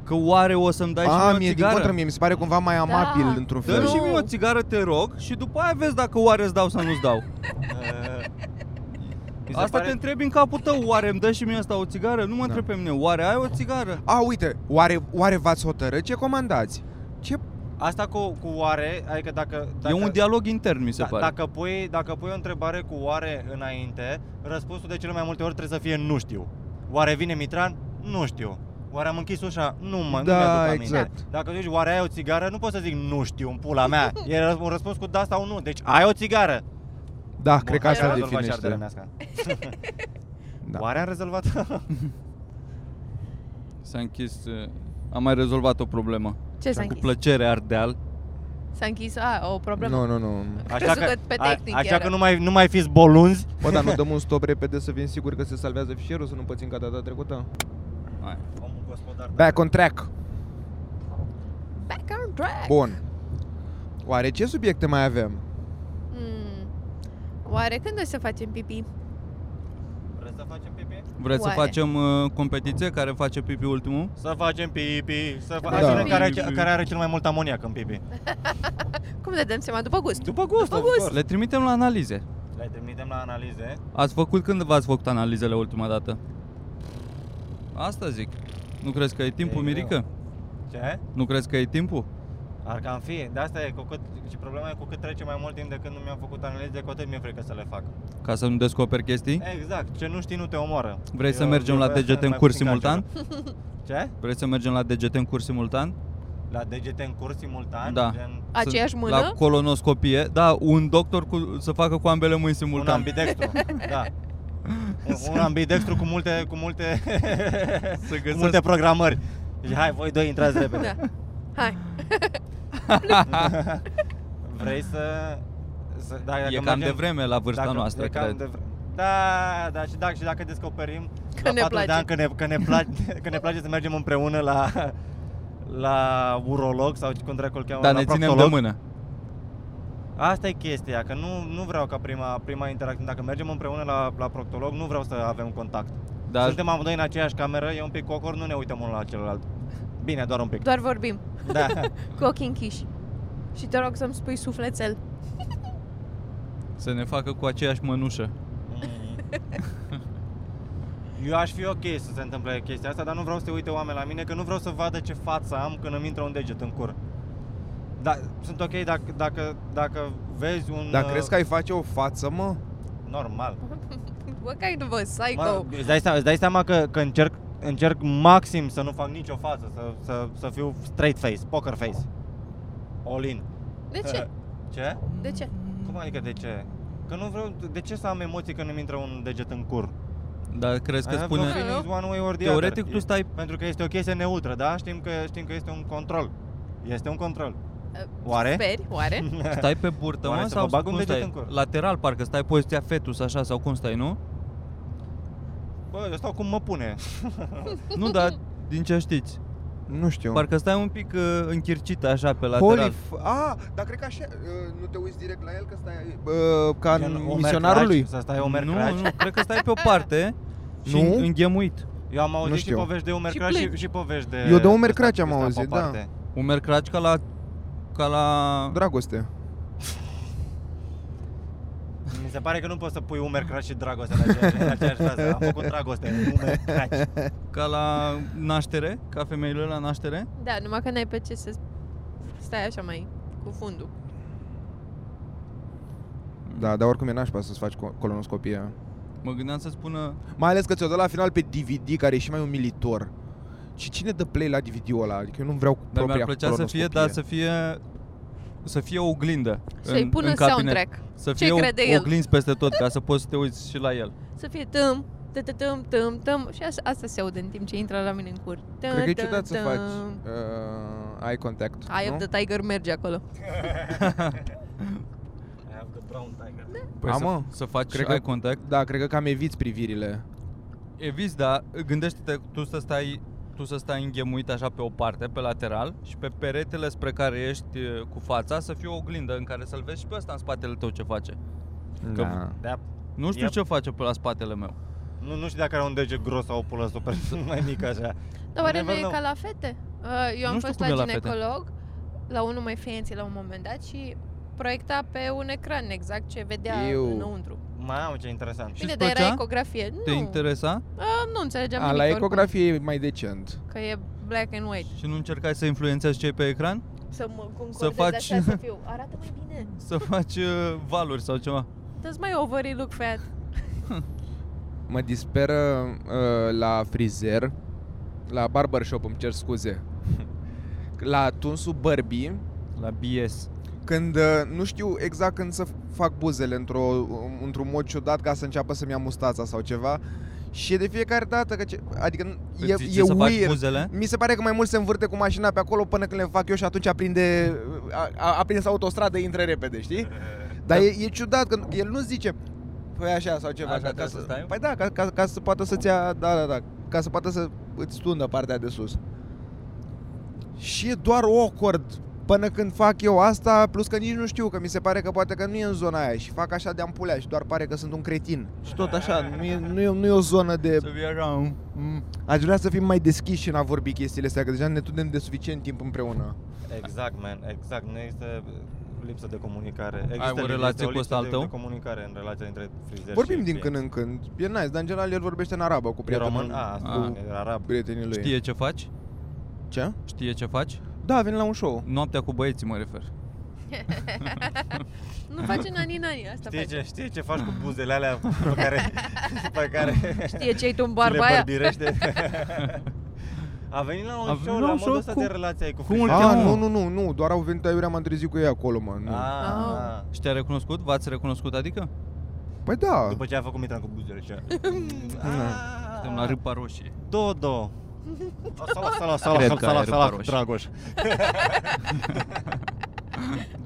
Speaker 2: Că oare o să-mi dai și
Speaker 1: A,
Speaker 2: mie o
Speaker 1: mie din
Speaker 2: țigară?
Speaker 1: contră, mie Păi mi se pare cumva mai amabil
Speaker 3: Da.
Speaker 1: într-un
Speaker 2: Dă
Speaker 1: fel.
Speaker 2: și
Speaker 3: Nu.
Speaker 2: mie o țigară, te rog, și după aia vezi dacă oare îți dau sau nu-ți dau. (laughs)
Speaker 4: Uh, mi se
Speaker 2: Asta
Speaker 4: pare-
Speaker 2: te întrebi în capul tău, oare îmi dă și mie asta o țigară? Nu mă întrebi pe mine, oare ai o țigară?
Speaker 1: A, uite, oare, oare v-ați hotărât ce comandați? Ce?
Speaker 4: Asta cu, cu oare, adică dacă... dacă
Speaker 2: e un dialog intern, mi se
Speaker 4: da-
Speaker 2: pare.
Speaker 4: Dacă pui, dacă pui o întrebare cu oare înainte, răspunsul de cele mai multe ori trebuie să fie nu știu. Oare vine Mitran? Nu știu. Oare am închis ușa? Nu mă,
Speaker 1: Da,
Speaker 4: nu mi-aduc aminte.
Speaker 1: exact.
Speaker 4: Dacă zici oare ai o țigară, nu pot să zic nu știu, în pula mea. E răs- un răspuns cu da sau nu. Deci ai o țigară.
Speaker 1: Da, cred că
Speaker 4: hai
Speaker 1: asta
Speaker 4: să rezolvăm și
Speaker 1: definește.
Speaker 4: arderea neasca.
Speaker 1: Da.
Speaker 4: Oare am
Speaker 3: (laughs)
Speaker 4: rezolvat?
Speaker 2: S-a închis, uh, am mai rezolvat o problemă.
Speaker 3: Ce s-a
Speaker 2: cu
Speaker 3: închis?
Speaker 2: plăcere, Ardeal.
Speaker 3: S-a închis, a, o problemă.
Speaker 1: Nu, nu, nu.
Speaker 4: Așa că,
Speaker 3: pe
Speaker 4: a-
Speaker 3: tehnic
Speaker 4: așa
Speaker 3: era.
Speaker 4: că nu mai, nu mai fiți bolunzi.
Speaker 1: Bă, dar nu dăm un stop repede să fim siguri că se salvează fișierul, să nu pățim ca data trecută?
Speaker 4: Omul gospodar.
Speaker 1: Back on track.
Speaker 3: Back on track!
Speaker 1: Bun. Oare ce subiecte mai avem?
Speaker 3: Mm. Oare când o să facem pipi?
Speaker 4: Vreți să facem pipi?
Speaker 2: Vreți să
Speaker 3: Oare?
Speaker 2: facem uh, competiție care face pipi ultimul?
Speaker 4: Să facem pipi, să
Speaker 3: Da.
Speaker 4: facem da.
Speaker 1: Da.
Speaker 4: care, are,
Speaker 2: Pipi.
Speaker 4: care are cel mai mult amoniac în pipi.
Speaker 3: Cum ne dăm seama? După gust.
Speaker 4: După gust,
Speaker 3: După gust.
Speaker 2: Le trimitem la analize.
Speaker 4: Le trimitem la analize.
Speaker 2: Ați făcut când v-ați făcut analizele ultima dată? Asta zic. Nu crezi că e timpul,
Speaker 4: E greu.
Speaker 2: Mirica?
Speaker 4: Ce?
Speaker 2: Nu crezi că e timpul?
Speaker 4: Ar cam fi. De asta e, cu cât, și problema e cu cât trece mai mult timp de când nu mi-am făcut analize, cu atât mi-e frică să le fac.
Speaker 2: Ca să nu descoperi chestii?
Speaker 4: Exact, ce nu știi nu te omoară.
Speaker 2: Vrei să
Speaker 4: Eu-
Speaker 2: mergem
Speaker 4: eu
Speaker 2: la
Speaker 4: vreau să
Speaker 2: DGT în
Speaker 4: mai
Speaker 2: curs
Speaker 4: puțin ca
Speaker 2: simultan?
Speaker 4: altceva. Ce?
Speaker 2: Vrei să mergem la DGT în curs simultan?
Speaker 4: La DGT în curs simultan?
Speaker 2: Da.
Speaker 4: Gen,
Speaker 3: Aceeași
Speaker 2: Să-
Speaker 3: mână?
Speaker 2: La colonoscopie. Da, un doctor cu, să facă cu ambele mâini
Speaker 4: un
Speaker 2: simultan.
Speaker 4: ambidextru.
Speaker 2: (laughs)
Speaker 4: da. Un, un ambidextru cu multe, cu multe,
Speaker 2: Să
Speaker 4: cu
Speaker 2: găsească-
Speaker 4: multe programări. Deci, hai, voi doi intrați repede.
Speaker 2: (laughs)
Speaker 3: Da. Hai.
Speaker 4: Vrei să... să da,
Speaker 2: E cam de vreme la vârsta
Speaker 4: dacă,
Speaker 2: noastră,
Speaker 4: e cam
Speaker 2: cred.
Speaker 4: De vre- da, da, și dacă, și dacă descoperim
Speaker 3: Că
Speaker 4: la
Speaker 3: ne
Speaker 4: 40 de
Speaker 3: place.
Speaker 4: ani că ne, că, ne
Speaker 3: (laughs)
Speaker 4: place, că ne place să mergem împreună la, la urolog sau cum dracu îl cheamă,
Speaker 2: Dar
Speaker 4: la
Speaker 2: Da, ne ținem de
Speaker 4: proctolog.
Speaker 2: mână.
Speaker 4: Asta e chestia, că nu, nu vreau ca prima, prima interacțiune, dacă mergem împreună la, la proctolog, nu vreau să avem contact. Da.
Speaker 2: Dar
Speaker 4: Suntem amândoi în aceeași cameră, e un pic cocor, nu ne uităm unul la celălalt. Bine, doar un pic.
Speaker 3: Doar vorbim.
Speaker 4: Da.
Speaker 3: (laughs) Cu ochii închiși. Și te rog să-mi spui sufletel.
Speaker 2: să ne facă cu aceeași mănușă.
Speaker 4: Mm. (laughs) Eu aș fi ok să se întâmple chestia asta, dar nu vreau să te uite oameni la mine, că nu vreau să vadă ce față am când îmi intră un deget în cur. Da, sunt ok dacă, dacă, dacă vezi un...
Speaker 1: Dar
Speaker 4: uh,
Speaker 1: crezi că ai face o față, mă?
Speaker 4: Normal.
Speaker 3: What kind of a
Speaker 4: Mă,
Speaker 3: psycho?
Speaker 4: îți, dai seama, îți dai seama că, că încerc, încerc maxim să nu fac nicio față, să, să, să fiu straight face, poker face. All in.
Speaker 3: De
Speaker 4: uh,
Speaker 3: ce?
Speaker 4: Ce?
Speaker 3: De ce?
Speaker 4: Cum adică de ce? Că nu vreau, de ce să am emoții când îmi intră un deget în cur?
Speaker 2: Dar crezi că
Speaker 4: I have
Speaker 2: spune...
Speaker 4: no feelings one way or the
Speaker 2: Teoretic
Speaker 4: other.
Speaker 2: tu
Speaker 4: (laughs)
Speaker 2: stai...
Speaker 4: Pentru că este o chestie neutră, da? Știm că, știm că este un control. Este un control.
Speaker 3: Uh,
Speaker 4: Oare?
Speaker 3: Speri, oare?
Speaker 2: Stai pe burtă,
Speaker 4: Oare
Speaker 2: mă,
Speaker 4: să
Speaker 2: sau
Speaker 4: vă bag un
Speaker 2: cum
Speaker 4: deget
Speaker 2: stai?
Speaker 4: în cur?
Speaker 2: Lateral, parcă stai poziția fetus, așa, sau cum stai, nu?
Speaker 4: Bă, eu stau cum mă pune.
Speaker 2: Nu, dar din ce știți?
Speaker 1: Nu știu.
Speaker 2: Parcă stai un pic uh, închircită, așa, pe lateral.
Speaker 1: f- A, dar cred că așa, uh, nu te uiți direct la el că stai uh, ca
Speaker 4: Gen
Speaker 1: în
Speaker 4: Omer
Speaker 1: misionarul
Speaker 4: Craci,
Speaker 1: lui.
Speaker 2: exact.
Speaker 4: Să stai Omer
Speaker 2: nu,
Speaker 4: Craci.
Speaker 2: nu, cred că stai pe o
Speaker 4: (laughs)
Speaker 2: parte și
Speaker 1: Nu?
Speaker 2: înghemuit.
Speaker 4: Eu am auzit și
Speaker 1: știu.
Speaker 4: povești de Omer
Speaker 3: Și
Speaker 4: Craci și,
Speaker 3: plângi.
Speaker 4: și povești de...
Speaker 1: Eu de Omer
Speaker 4: ăsta-
Speaker 1: Craci am
Speaker 4: ăsta pe
Speaker 1: auzit, da.
Speaker 4: o parte.
Speaker 2: Un mercraci ca la... Ca la...
Speaker 1: Dragoste.
Speaker 4: Mi se pare că nu poți să pui Umer Craci și dragoste în aceeași, în aceeași frază. Am făcut dragoste, Umer
Speaker 1: Da.
Speaker 4: Craci.
Speaker 2: Ca la naștere, ca femeile la naștere.
Speaker 3: Da, numai că n-ai pe ce să stai așa mai cu fundul.
Speaker 1: Da, dar oricum e nașpa să-ți faci co- colonoscopie.
Speaker 2: Mă gândeam să spună
Speaker 1: Mai ales că ți-o dă la final pe DVD, care e și mai umilitor. Și cine dă play la DVD-ul ăla? Adică eu nu vreau cu
Speaker 2: Dar mi-ar
Speaker 1: propria
Speaker 2: plăcea să fie,
Speaker 1: colonoscopie.
Speaker 2: dar să fie să fie oglindă
Speaker 3: Să-i
Speaker 2: în,
Speaker 3: pună
Speaker 2: în cabinet.
Speaker 3: soundtrack.
Speaker 2: Să
Speaker 3: Ce
Speaker 2: fie
Speaker 3: crede el?
Speaker 2: oglinzi peste tot ca să poți să te uiți și la el.
Speaker 3: Să fie tăm, tă tă tăm, tăm, tăm. Și așa, asta se aude în timp ce intră la mine în cur. Tă,
Speaker 1: Cred că e
Speaker 3: tă,
Speaker 1: ciudat să
Speaker 3: tă.
Speaker 1: faci uh, eye contact,
Speaker 3: Da, Eye
Speaker 1: nu?
Speaker 3: of the Tiger merge acolo.
Speaker 4: I have the brown tiger.
Speaker 3: Da.
Speaker 2: Păi
Speaker 1: A,
Speaker 2: să,
Speaker 1: mă,
Speaker 2: să faci
Speaker 1: cred
Speaker 2: cred
Speaker 1: că-
Speaker 2: eye contact.
Speaker 1: Da, cred că cam eviți privirile.
Speaker 2: Eviți, dar gândește-te tu să stai tu să stai înghemuit așa pe o parte, pe lateral și pe peretele spre care ești e, cu fața să fie o oglindă în care să-l vezi și pe ăsta în spatele tău ce face. Că-
Speaker 1: Da.
Speaker 4: Da.
Speaker 2: Nu știu
Speaker 4: Yep.
Speaker 2: ce face pe la spatele meu.
Speaker 4: Nu, nu știu dacă are un deget gros sau o pulă super (laughs) mai mică așa.
Speaker 3: Dar oare nu
Speaker 4: Never
Speaker 3: e
Speaker 4: know.
Speaker 3: ca la fete? Uh, Eu am
Speaker 2: Nu știu
Speaker 3: fost
Speaker 2: cum
Speaker 3: la
Speaker 2: e la fete.
Speaker 3: ginecolog, la unul mai fancy la un moment dat și proiecta pe un ecran exact ce vedea
Speaker 1: Eu.
Speaker 3: înăuntru.
Speaker 4: Mamă, ce interesant.
Speaker 2: Și
Speaker 3: Bine,
Speaker 2: îți
Speaker 3: dar era
Speaker 2: plăcea?
Speaker 3: ecografie.
Speaker 2: Te
Speaker 3: nu,
Speaker 2: interesa
Speaker 3: uh, nu înțelegeam
Speaker 1: A,
Speaker 3: nimic
Speaker 1: la
Speaker 3: oricum,
Speaker 1: ecografie e mai decent.
Speaker 3: Că e black and white.
Speaker 2: și nu încercai să influențezi cei pe ecran?
Speaker 3: Să mă
Speaker 2: Să
Speaker 3: concordez
Speaker 2: faci-
Speaker 3: așa să
Speaker 2: (laughs)
Speaker 3: fiu. Arată mai bine.
Speaker 2: Să faci e, valuri sau ceva?
Speaker 3: Does my ovary look
Speaker 2: (laughs)
Speaker 3: fat?
Speaker 1: Mă disperă uh, la frizer, la barbershop, îmi cer scuze, (laughs) la tunsul bărbii,
Speaker 2: La BS.
Speaker 1: când uh, nu știu exact când să fac buzele într-o, um, într-un mod ciudat ca să înceapă să-mi ia mustața sau ceva și e de fiecare dată că ce, adică e,
Speaker 2: Îți zice
Speaker 1: e
Speaker 2: Păi să faci
Speaker 1: weird.
Speaker 2: buzele?
Speaker 1: Mi se pare că mai mult se învârte cu mașina pe acolo până când le fac eu și atunci aprinde, a, a, aprins autostradă, intră repede,
Speaker 2: (laughs)
Speaker 1: știi? Dar e, e ciudat că el nu zice Păi așa sau ceva
Speaker 2: Așa
Speaker 1: ca, ca
Speaker 2: trebuie
Speaker 1: să,
Speaker 2: să stai?
Speaker 1: Păi da, ca, ca, ca să poată să-ți ia Da, da, da Ca să poată să îți tundă partea de sus Și e doar awkward Până când fac eu asta Plus că nici nu știu Că mi se pare că poate că nu e în zona aia Și fac așa de ampulea Și doar pare că sunt un cretin Și tot așa Nu e, nu e, nu e o zonă de
Speaker 2: Să fie așa, un-
Speaker 1: Mm. Aș vrea să fim mai deschiși în a vorbi chestiile astea, că deja ne tunem de suficient timp împreună.
Speaker 4: Exact, man, exact. Nu există lipsă de comunicare. Există,
Speaker 2: o
Speaker 4: lipsă-
Speaker 2: relație
Speaker 4: este o
Speaker 2: cu
Speaker 4: lipsă
Speaker 2: ăsta al
Speaker 4: de,
Speaker 2: tău?
Speaker 4: de comunicare în relația dintre frizer
Speaker 1: Vorbim
Speaker 4: și
Speaker 1: din când
Speaker 4: clienți.
Speaker 1: în când. E nice, dar în general el vorbește în arabă cu
Speaker 4: E
Speaker 1: prietenul,
Speaker 2: Ah.
Speaker 4: român? A,
Speaker 1: cu
Speaker 4: asta, e arab.
Speaker 1: prietenii lui.
Speaker 2: Știe ce faci?
Speaker 1: Ce?
Speaker 2: Știe ce faci?
Speaker 1: Da, a venit la un show.
Speaker 2: Noaptea cu băieții mă refer.
Speaker 3: (laughs) Nu face nani nani, asta
Speaker 4: Știi
Speaker 1: păi.
Speaker 3: face.
Speaker 4: ce, știi ce faci cu buzele alea pe
Speaker 1: (laughs)
Speaker 4: care, pe care
Speaker 3: Știe ce-i tu în
Speaker 4: le
Speaker 3: barba aia?
Speaker 4: bărbirește?
Speaker 1: (laughs)
Speaker 4: A venit la un
Speaker 2: A
Speaker 4: show,
Speaker 2: venit
Speaker 4: la,
Speaker 2: la un
Speaker 4: modul
Speaker 2: show
Speaker 4: ăsta
Speaker 2: cu-
Speaker 4: de relație ai cu
Speaker 2: cu un
Speaker 4: frica.
Speaker 1: A,
Speaker 2: cheamă,
Speaker 1: Ah, nu,
Speaker 2: mă.
Speaker 1: nu, nu, nu, doar au venit aiurea, m-am trezit cu ei acolo, mă. Nu.
Speaker 4: Ah,
Speaker 2: Și te-a recunoscut? V-ați recunoscut, adică?
Speaker 1: Păi da.
Speaker 4: După ce a făcut Mitran cu buzele
Speaker 1: (laughs)
Speaker 4: și a-
Speaker 2: Suntem la Râpa Roșie.
Speaker 1: (laughs)
Speaker 4: Dodo. Sala, sala, sala,
Speaker 2: Cred
Speaker 4: sala,
Speaker 2: că
Speaker 4: sala,
Speaker 2: ai
Speaker 4: sala,
Speaker 2: răparoși.
Speaker 4: Dragoș.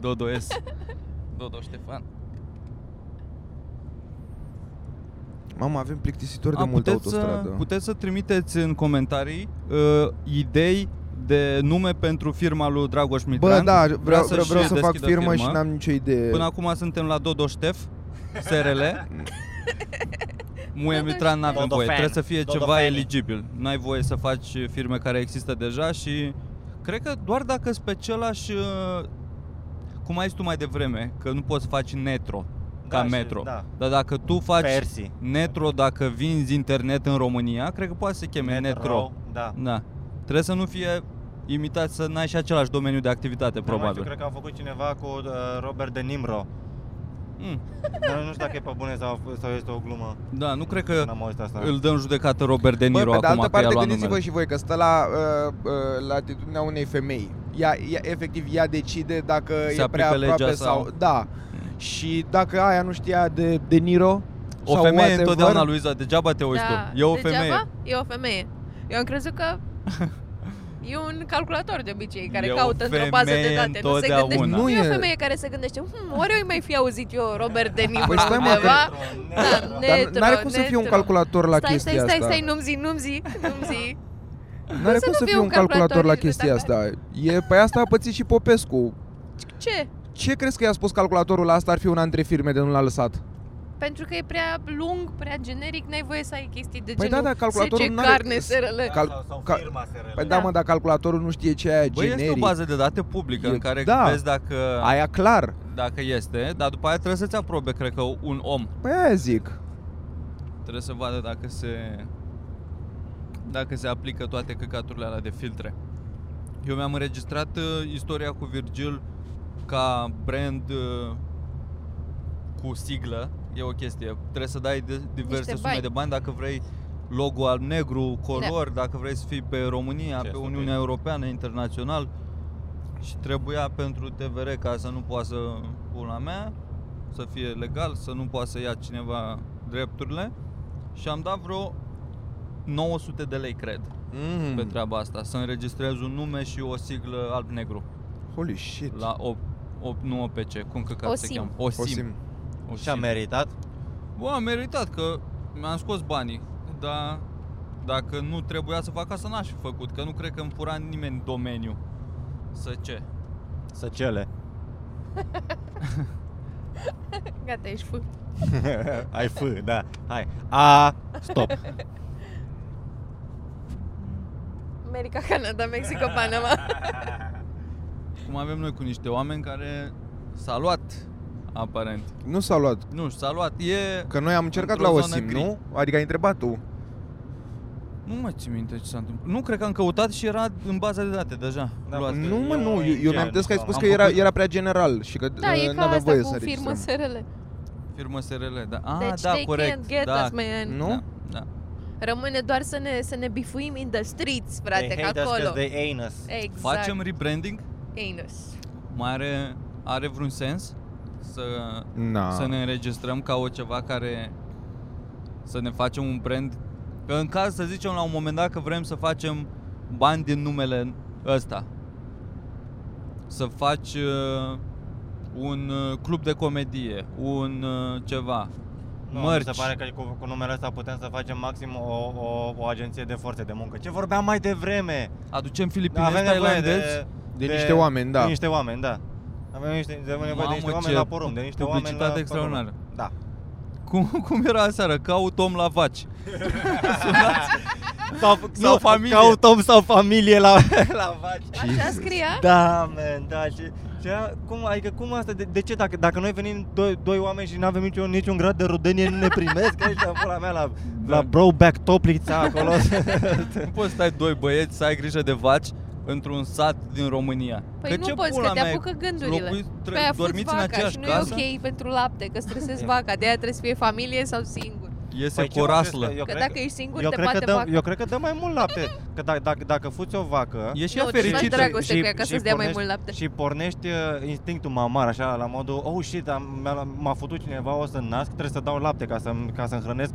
Speaker 2: Dodo S. (laughs) Dodo Ștefan.
Speaker 1: Mamă, avem plictisitori de
Speaker 2: A,
Speaker 1: multă
Speaker 2: Ah, puteți,
Speaker 1: autostradă.
Speaker 2: să, puteți să trimiteți în comentarii uh, idei de nume pentru firma lui Dragoș Mitran.
Speaker 1: Bă, da, vreau, vreau,
Speaker 2: să-și
Speaker 1: vreau să fac
Speaker 2: deschidă
Speaker 1: firmă,
Speaker 2: firmă.
Speaker 1: și n-am nicio idee.
Speaker 2: Până acum suntem la Dodo Ștef, SRL. Muie
Speaker 3: Dodo
Speaker 2: Mitran n-avem
Speaker 4: Dodo
Speaker 2: voie,
Speaker 4: fan.
Speaker 2: trebuie să fie
Speaker 4: Dodo
Speaker 2: ceva
Speaker 4: fanii.
Speaker 2: eligibil. N-ai voie să faci firme care există deja și cred că doar dacă sunt pe același, uh, cum ai zis tu mai devreme, că nu poți să faci netro
Speaker 4: Da,
Speaker 2: ca
Speaker 4: și-
Speaker 2: metro.
Speaker 4: da.
Speaker 2: Dar dacă tu faci
Speaker 4: Persi.
Speaker 2: netro, dacă vinzi internet în România, cred că poate să se cheme netro.
Speaker 4: Metro, Da.
Speaker 2: Da. Trebuie să nu fie imitat, să n-ai și același domeniu de activitate,
Speaker 4: Nu Da, mai știu,
Speaker 2: probabil.
Speaker 4: cred că a făcut cineva cu uh, Robert De Nimro.
Speaker 2: Mm.
Speaker 4: Dar nu știu dacă e pe bune sau, sau este o glumă.
Speaker 2: Da, nu cred că
Speaker 4: N-am auzit asta.
Speaker 2: Îl dăm judecată Robert De Niro
Speaker 1: Da. Bă, pe de altă
Speaker 2: acum că i-a
Speaker 1: parte,
Speaker 2: luat
Speaker 1: gândiți-vă
Speaker 2: numele.
Speaker 1: și voi că stă la, uh, uh, la atitudinea unei femei. Ea, ea, efectiv, ea decide dacă e
Speaker 2: aplică
Speaker 1: prea aproape
Speaker 2: legea
Speaker 1: sau...
Speaker 2: sau-
Speaker 1: Da. Și dacă aia nu știa de De Niro...
Speaker 2: O
Speaker 1: sau
Speaker 2: femeie
Speaker 1: whatever,
Speaker 2: întotdeauna, Luiza, degeaba te uiți tu. E o
Speaker 3: degeaba
Speaker 2: femeie.
Speaker 3: Da. Deci E o femeie. Eu am crezut
Speaker 2: (laughs)
Speaker 3: că e un calculator de obicei care
Speaker 2: E o
Speaker 3: caută într-o bază de
Speaker 2: femeie
Speaker 3: date. Nu se gândește.
Speaker 2: întotdeauna.
Speaker 1: Nu
Speaker 3: Nu e
Speaker 1: e-
Speaker 3: o femeie care se gândește, hm, ori eu mai fi auzit eu Robert De Niro
Speaker 1: Păi stai, mă, că-
Speaker 3: undeva.
Speaker 4: Metro,
Speaker 3: Da,
Speaker 4: Metro.
Speaker 3: ne-
Speaker 1: Dar
Speaker 3: Netro,
Speaker 1: n-are cum să fie un
Speaker 3: netro.
Speaker 1: calculator la
Speaker 3: stai, stai,
Speaker 1: chestia
Speaker 3: stai,
Speaker 1: asta.
Speaker 3: stai, nu-mi zi, nu-mi zi, nu-mi zi.
Speaker 1: N-are
Speaker 3: să
Speaker 1: cum
Speaker 3: nu
Speaker 1: să
Speaker 3: fie
Speaker 1: fie un
Speaker 3: un calculator
Speaker 1: calculator la
Speaker 3: nici de
Speaker 1: chestia
Speaker 3: data
Speaker 1: asta. E, pe asta a pățit și Popescu.
Speaker 3: Ce?
Speaker 1: Ce crezi că i-a spus calculatorul la asta ar fi una între firme de nu l-a lăsat?
Speaker 3: Pentru că e prea lung, prea generic, n-ai voie să ai chestii de
Speaker 1: Păi
Speaker 3: genul
Speaker 1: da, da, calculatorul
Speaker 3: sece,
Speaker 1: n-are-
Speaker 3: carne, serele.
Speaker 1: Cal-
Speaker 4: Sau- sau
Speaker 1: cal-
Speaker 4: firma SRL.
Speaker 1: Păi da, mă, dar calculatorul nu știe ce e aia
Speaker 2: Băi, este o
Speaker 1: generic.
Speaker 2: bază de date publică
Speaker 1: E-
Speaker 2: în care
Speaker 1: da.
Speaker 2: vezi dacă,
Speaker 1: Aia clar.
Speaker 2: dacă este, dar după aia trebuie să-ți aprobe, cred că, un om.
Speaker 1: Păi aia zic.
Speaker 2: Trebuie să vadă dacă se dacă se aplică toate căcaturile alea de filtre. Eu mi-am înregistrat uh, istoria cu Virgil ca brand uh, cu siglă. E o chestie. Trebuie să dai de, diverse
Speaker 3: Niște
Speaker 2: sume
Speaker 3: bani. Da.
Speaker 2: de bani dacă vrei logo al negru, color, dacă vrei să fii pe România,
Speaker 4: Ce
Speaker 2: pe
Speaker 4: să
Speaker 2: Uniunea
Speaker 4: vezi?
Speaker 2: Europeană, internațional. Și trebuia pentru TVR ca să nu poată să pula mea, să fie legal, să nu poată să ia cineva drepturile. Și am dat vreo 900 de lei, cred, mm.
Speaker 1: Hmm.
Speaker 2: pe treaba asta. Să înregistrez un nume și o siglă alb-negru
Speaker 1: Holy shit.
Speaker 2: la o, o nu OPC, cum căcat se
Speaker 3: OSIM.
Speaker 2: cheamă? OSIM.
Speaker 1: Osim.
Speaker 4: Și a meritat.
Speaker 2: Bă, am meritat că mi-am scos banii, dar dacă nu trebuia să fac asta, n-aș fi făcut, că nu cred că îmi fura nimeni domeniu. Să ce?
Speaker 4: Să cele.
Speaker 3: Gata, ești fă.
Speaker 4: Ai F, da. Hai. A, stop.
Speaker 3: America, Canada, Mexico,
Speaker 1: (laughs)
Speaker 3: Panama.
Speaker 2: Cum avem noi cu niște oameni care s-a luat, aparent.
Speaker 1: Nu s-a luat.
Speaker 2: Nu, și s-a luat, e...
Speaker 1: Că noi am încercat la
Speaker 2: Într-o
Speaker 1: Osim,
Speaker 2: zonă gri.
Speaker 1: nu? Adică ai întrebat tu.
Speaker 2: Nu mai țin minte ce s-a întâmplat. Nu, cred că am căutat și era în baza de date deja.
Speaker 4: Da,
Speaker 2: luat.
Speaker 4: Asta
Speaker 1: Nu,
Speaker 4: e
Speaker 1: mă,
Speaker 4: un
Speaker 1: nu. Eu, eu
Speaker 4: ingenier,
Speaker 1: mi-am des că ai
Speaker 4: am
Speaker 1: spus că
Speaker 2: făcut-
Speaker 1: era, era prea general și că
Speaker 3: Da, e
Speaker 1: n
Speaker 3: ca
Speaker 1: aveam
Speaker 3: asta
Speaker 1: voie
Speaker 3: cu
Speaker 1: să
Speaker 3: firmă
Speaker 1: înregistrăm.
Speaker 3: SRL.
Speaker 2: Firmă SRL, da. Ah,
Speaker 3: Deci
Speaker 2: da,
Speaker 3: they
Speaker 2: corect.
Speaker 3: can't get
Speaker 2: da.
Speaker 3: us, man.
Speaker 1: Nu?
Speaker 2: Da, da.
Speaker 3: Rămâne doar să ne, să ne bifuim in the streets, frate,
Speaker 4: They
Speaker 3: că
Speaker 4: hate us 'cause
Speaker 3: acolo.
Speaker 4: they anus.
Speaker 3: Exact.
Speaker 2: Facem rebranding?
Speaker 3: Anus.
Speaker 2: Mai are, are vreun sens să
Speaker 1: Na.
Speaker 2: să ne înregistrăm ca o ceva care să ne facem un brand. Că în caz să zicem la un moment dat că vrem să facem bani din numele ăsta. Să faci uh, un uh, club de comedie, un uh, ceva.
Speaker 4: Nu,
Speaker 2: Mărci.
Speaker 4: Mi se pare că cu, cu numele ăsta putem să facem maxim o, o, o agenție de forțe de muncă. Ce vorbeam mai devreme?
Speaker 2: Aducem filipinezi,
Speaker 4: Da, Avem nevoie
Speaker 2: tailandezi.
Speaker 4: de,
Speaker 1: De niște oameni, da.
Speaker 4: De niște oameni, da. Avem niște, de nevoie de niște
Speaker 2: Mamă, ce
Speaker 4: oameni la porum, de niște oameni la
Speaker 2: publicitate extraordinară.
Speaker 4: pe acolo. Da.
Speaker 2: Cum, cum era aseară? Caut om la
Speaker 4: (laughs)
Speaker 2: vaci.
Speaker 4: Sau,
Speaker 2: Sau familie.
Speaker 4: Caut om sau familie la, la vaci.
Speaker 3: Așa scria?
Speaker 4: Da, man, da, și, și a- cum, adică cum asta, de, de ce, dacă, dacă noi venim doi, doi oameni și nu avem niciun, niciun grad de rodenie, nu ne primesc aici, la pula mea, la,
Speaker 2: Da.
Speaker 4: la Broback Toplița acolo. Păi
Speaker 2: nu poți să stai doi băieți să ai grijă de vaci într-un sat din România.
Speaker 3: Păi
Speaker 2: că
Speaker 3: nu
Speaker 2: ce
Speaker 3: poți,
Speaker 2: pula
Speaker 3: că te
Speaker 2: mea e?
Speaker 3: apucă gândurile.
Speaker 2: Locuiți,
Speaker 3: Păi aia
Speaker 2: tre-
Speaker 3: fă-ți
Speaker 2: dormiți în
Speaker 3: vaca
Speaker 2: aceeași
Speaker 3: și nu
Speaker 2: casă?
Speaker 3: e ok pentru lapte, că stresezi vaca, de aia trebuie să fie familie sau singur.
Speaker 2: Iese
Speaker 4: Păi
Speaker 2: păi
Speaker 4: ce
Speaker 2: cu
Speaker 4: mă
Speaker 2: o
Speaker 4: crezi
Speaker 2: raslă.
Speaker 4: că eu
Speaker 3: că
Speaker 4: cred
Speaker 3: dacă
Speaker 4: că-
Speaker 3: ești singur,
Speaker 4: eu
Speaker 3: te
Speaker 4: cred, că
Speaker 3: bate
Speaker 4: dă,
Speaker 3: vaca.
Speaker 4: eu cred că dă mai mult lapte. Că dacă, dacă, dacă fuți o vacă
Speaker 2: E și ea
Speaker 3: nu,
Speaker 4: fericită.
Speaker 3: Nu, dragoste
Speaker 4: Și-
Speaker 3: cu ea ca
Speaker 4: și
Speaker 3: să-ți dea mai
Speaker 4: pornești-
Speaker 3: mult lapte.
Speaker 4: și pornești uh, instinctul mamar, așa, la modul, oh shit, am, mi-a luat- m-a făcut cineva, o să nasc, trebuie să dau lapte ca să-mi, ca să-mi hrănesc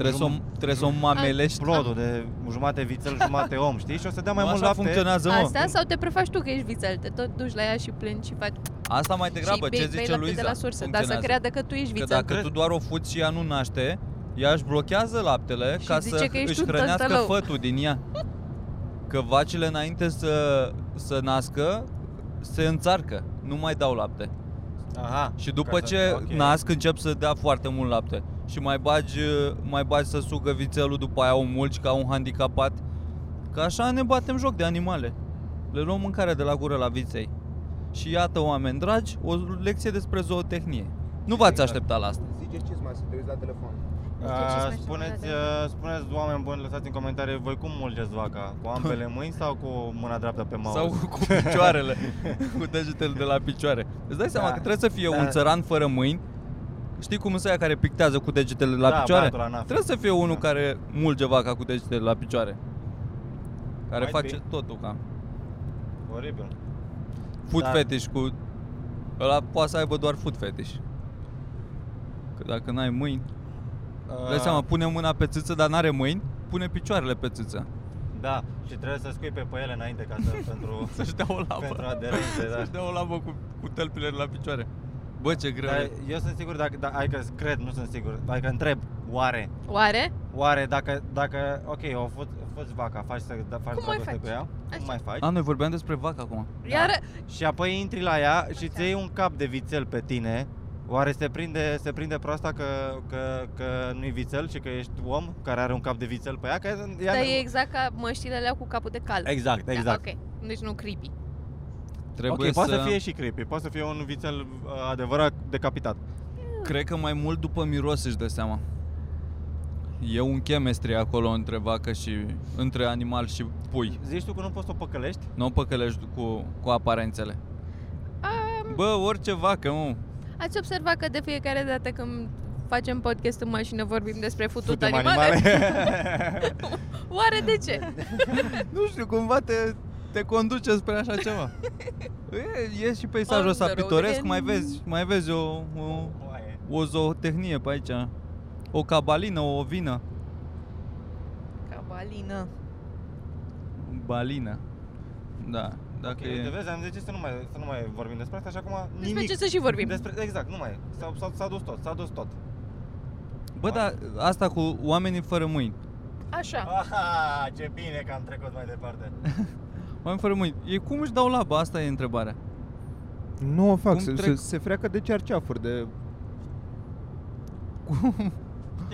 Speaker 2: Trebuie să o, trebuie să o mamelești.
Speaker 4: plodul de jumate vițel, jumate om, știi? Și o să dea mai
Speaker 2: Nu
Speaker 4: mult
Speaker 2: Așa
Speaker 4: lapte.
Speaker 2: funcționează, mă.
Speaker 3: Asta sau te prefaci tu că ești vițel, te tot duci la ea și plângi și faci
Speaker 2: Asta mai degrabă,
Speaker 3: și bei,
Speaker 2: ce
Speaker 3: bei
Speaker 2: zice
Speaker 3: lapte
Speaker 2: Luiza,
Speaker 3: de la sursă, dar să
Speaker 2: funcționează.
Speaker 3: creadă că tu ești
Speaker 2: Că
Speaker 3: vițel.
Speaker 2: dacă tu doar o fuți și ea nu naște, ea își blochează laptele
Speaker 3: Și
Speaker 2: ca
Speaker 3: zice
Speaker 2: să
Speaker 3: că ești
Speaker 2: își
Speaker 3: un
Speaker 2: hrănească
Speaker 3: tăltălău.
Speaker 2: fătul din ea. Că vacile înainte să, să nască, se înțarcă, nu mai dau lapte.
Speaker 4: Aha.
Speaker 2: Și după
Speaker 4: Da. Ca să-
Speaker 2: ce
Speaker 4: ok.
Speaker 2: nasc, încep să dea foarte mult lapte. Și mai bagi, uh, mai bagi să sugă vițelul, după aia o mulci ca un handicapat. Că așa ne batem joc de animale. Le luăm mâncarea de la gură la viței. Și iată, oameni dragi, o lecție despre zootehnie. Nu v-ați
Speaker 1: Exact.
Speaker 2: așteptat la asta.
Speaker 1: Ziceți ce mai să te uiți la telefon.
Speaker 4: Uh,
Speaker 3: Știu ce-ți mai
Speaker 4: spuneți,
Speaker 3: sună,
Speaker 4: uh, spuneți, oameni buni, lăsați în comentarii voi cum mulgeți vaca, cu
Speaker 2: (laughs)
Speaker 4: ambele mâini sau cu mâna dreaptă pe mouse?
Speaker 2: Sau cu
Speaker 4: (laughs)
Speaker 2: picioarele, cu degetele de la picioare. Îți dai seama
Speaker 4: Da.
Speaker 2: că trebuie să fie
Speaker 4: Da.
Speaker 2: un țăran fără mâini. Știi cum sunt aia care pictează cu degetele la
Speaker 4: da,
Speaker 2: picioare?
Speaker 4: Batura, n-a
Speaker 2: Trebuie să fie unul
Speaker 4: Da.
Speaker 2: care mulge vaca cu degetele la picioare. Care
Speaker 4: Might
Speaker 2: face
Speaker 4: be.
Speaker 2: totul cam.
Speaker 4: Oribil.
Speaker 2: Food
Speaker 4: Da.
Speaker 2: fetish cu... Ăla poate să aibă doar food fetish. Că dacă n-ai mâini...
Speaker 4: Uh,
Speaker 2: Dai seama, pune mâna pe țâță, dar n-are mâini, pune picioarele pe țâță.
Speaker 4: Da, și trebuie să scui pe pe ele înainte ca
Speaker 2: (laughs)
Speaker 4: să, pentru,
Speaker 2: Să-și dea o
Speaker 4: pentru
Speaker 2: labă.
Speaker 4: aderențe, (laughs) da.
Speaker 2: Să-și dea o labă cu, cu tălpile la picioare. Bă, ce greu
Speaker 4: Dar
Speaker 2: e.
Speaker 4: eu sunt sigur dacă, da, adică cred, nu sunt sigur, adică întreb, oare,
Speaker 3: Oare?
Speaker 4: oare dacă, dacă ok, o fut, fuți vaca, faci, să, da, faci
Speaker 3: Cum mai
Speaker 4: dragoste
Speaker 3: faci?
Speaker 4: cu ea,
Speaker 3: Așa.
Speaker 4: cum mai faci,
Speaker 2: A, noi vorbeam despre vacă acum.
Speaker 3: Iar
Speaker 4: și apoi intri la ea și îți iei un cap de vițel pe tine, oare se prinde, se prinde proasta că, că, că nu-i vițel și că ești om care are un cap de vițel pe ea? Că ea
Speaker 3: Dar e exact ca măștile alea cu capul de cal.
Speaker 4: Exact, exact.
Speaker 3: Da, ok. Deci nu creepy.
Speaker 2: Trebuie
Speaker 4: ok,
Speaker 2: să...
Speaker 4: poate să fie și creepy, poate să fie un vițel uh, adevărat decapitat.
Speaker 2: Cred că mai mult după miros își dă seama. E un chemistry acolo între vacă și... între animal și pui.
Speaker 4: Zici tu că nu poți să o păcălești?
Speaker 2: Nu o păcălești cu, cu aparențele. Bă, orice vacă,
Speaker 4: (laughs)
Speaker 2: mă.
Speaker 3: Ați observat că de fiecare dată când facem podcast în mașină vorbim despre futut
Speaker 4: Suntem
Speaker 3: animale? (laughs)
Speaker 2: (laughs)
Speaker 3: Oare de ce?
Speaker 2: Nu știu, cumva te, te conduce spre așa
Speaker 4: (laughs)
Speaker 2: ceva. E, e și
Speaker 3: On
Speaker 2: peisajul ăsta
Speaker 3: the road
Speaker 2: pitoresc,
Speaker 3: again.
Speaker 2: mai vezi, mai vezi o, o,
Speaker 4: (laughs) Oaie.
Speaker 2: o zootehnie pe aici. O cabalină, o ovină.
Speaker 3: Ca balină.
Speaker 2: Balină. Da, dacă
Speaker 4: Ok, uite,
Speaker 2: e...
Speaker 4: vezi, am zis să nu mai, să nu mai vorbim despre asta și acum
Speaker 3: Despre
Speaker 4: nimic.
Speaker 3: ce să și vorbim?
Speaker 4: Despre, exact, nu mai. S-a, s-a, s-a dus tot, s-a dus tot.
Speaker 2: Bă, dar asta cu oamenii fără mâini.
Speaker 4: Ah,
Speaker 3: Așa.
Speaker 4: Aha, ce bine că am trecut mai departe.
Speaker 2: Oameni fără mâini. Ei cum își dau laba? Asta e întrebarea.
Speaker 1: Nu o fac,
Speaker 2: Cum
Speaker 1: se, se,
Speaker 2: trec?
Speaker 1: se freacă de cerceafuri, de...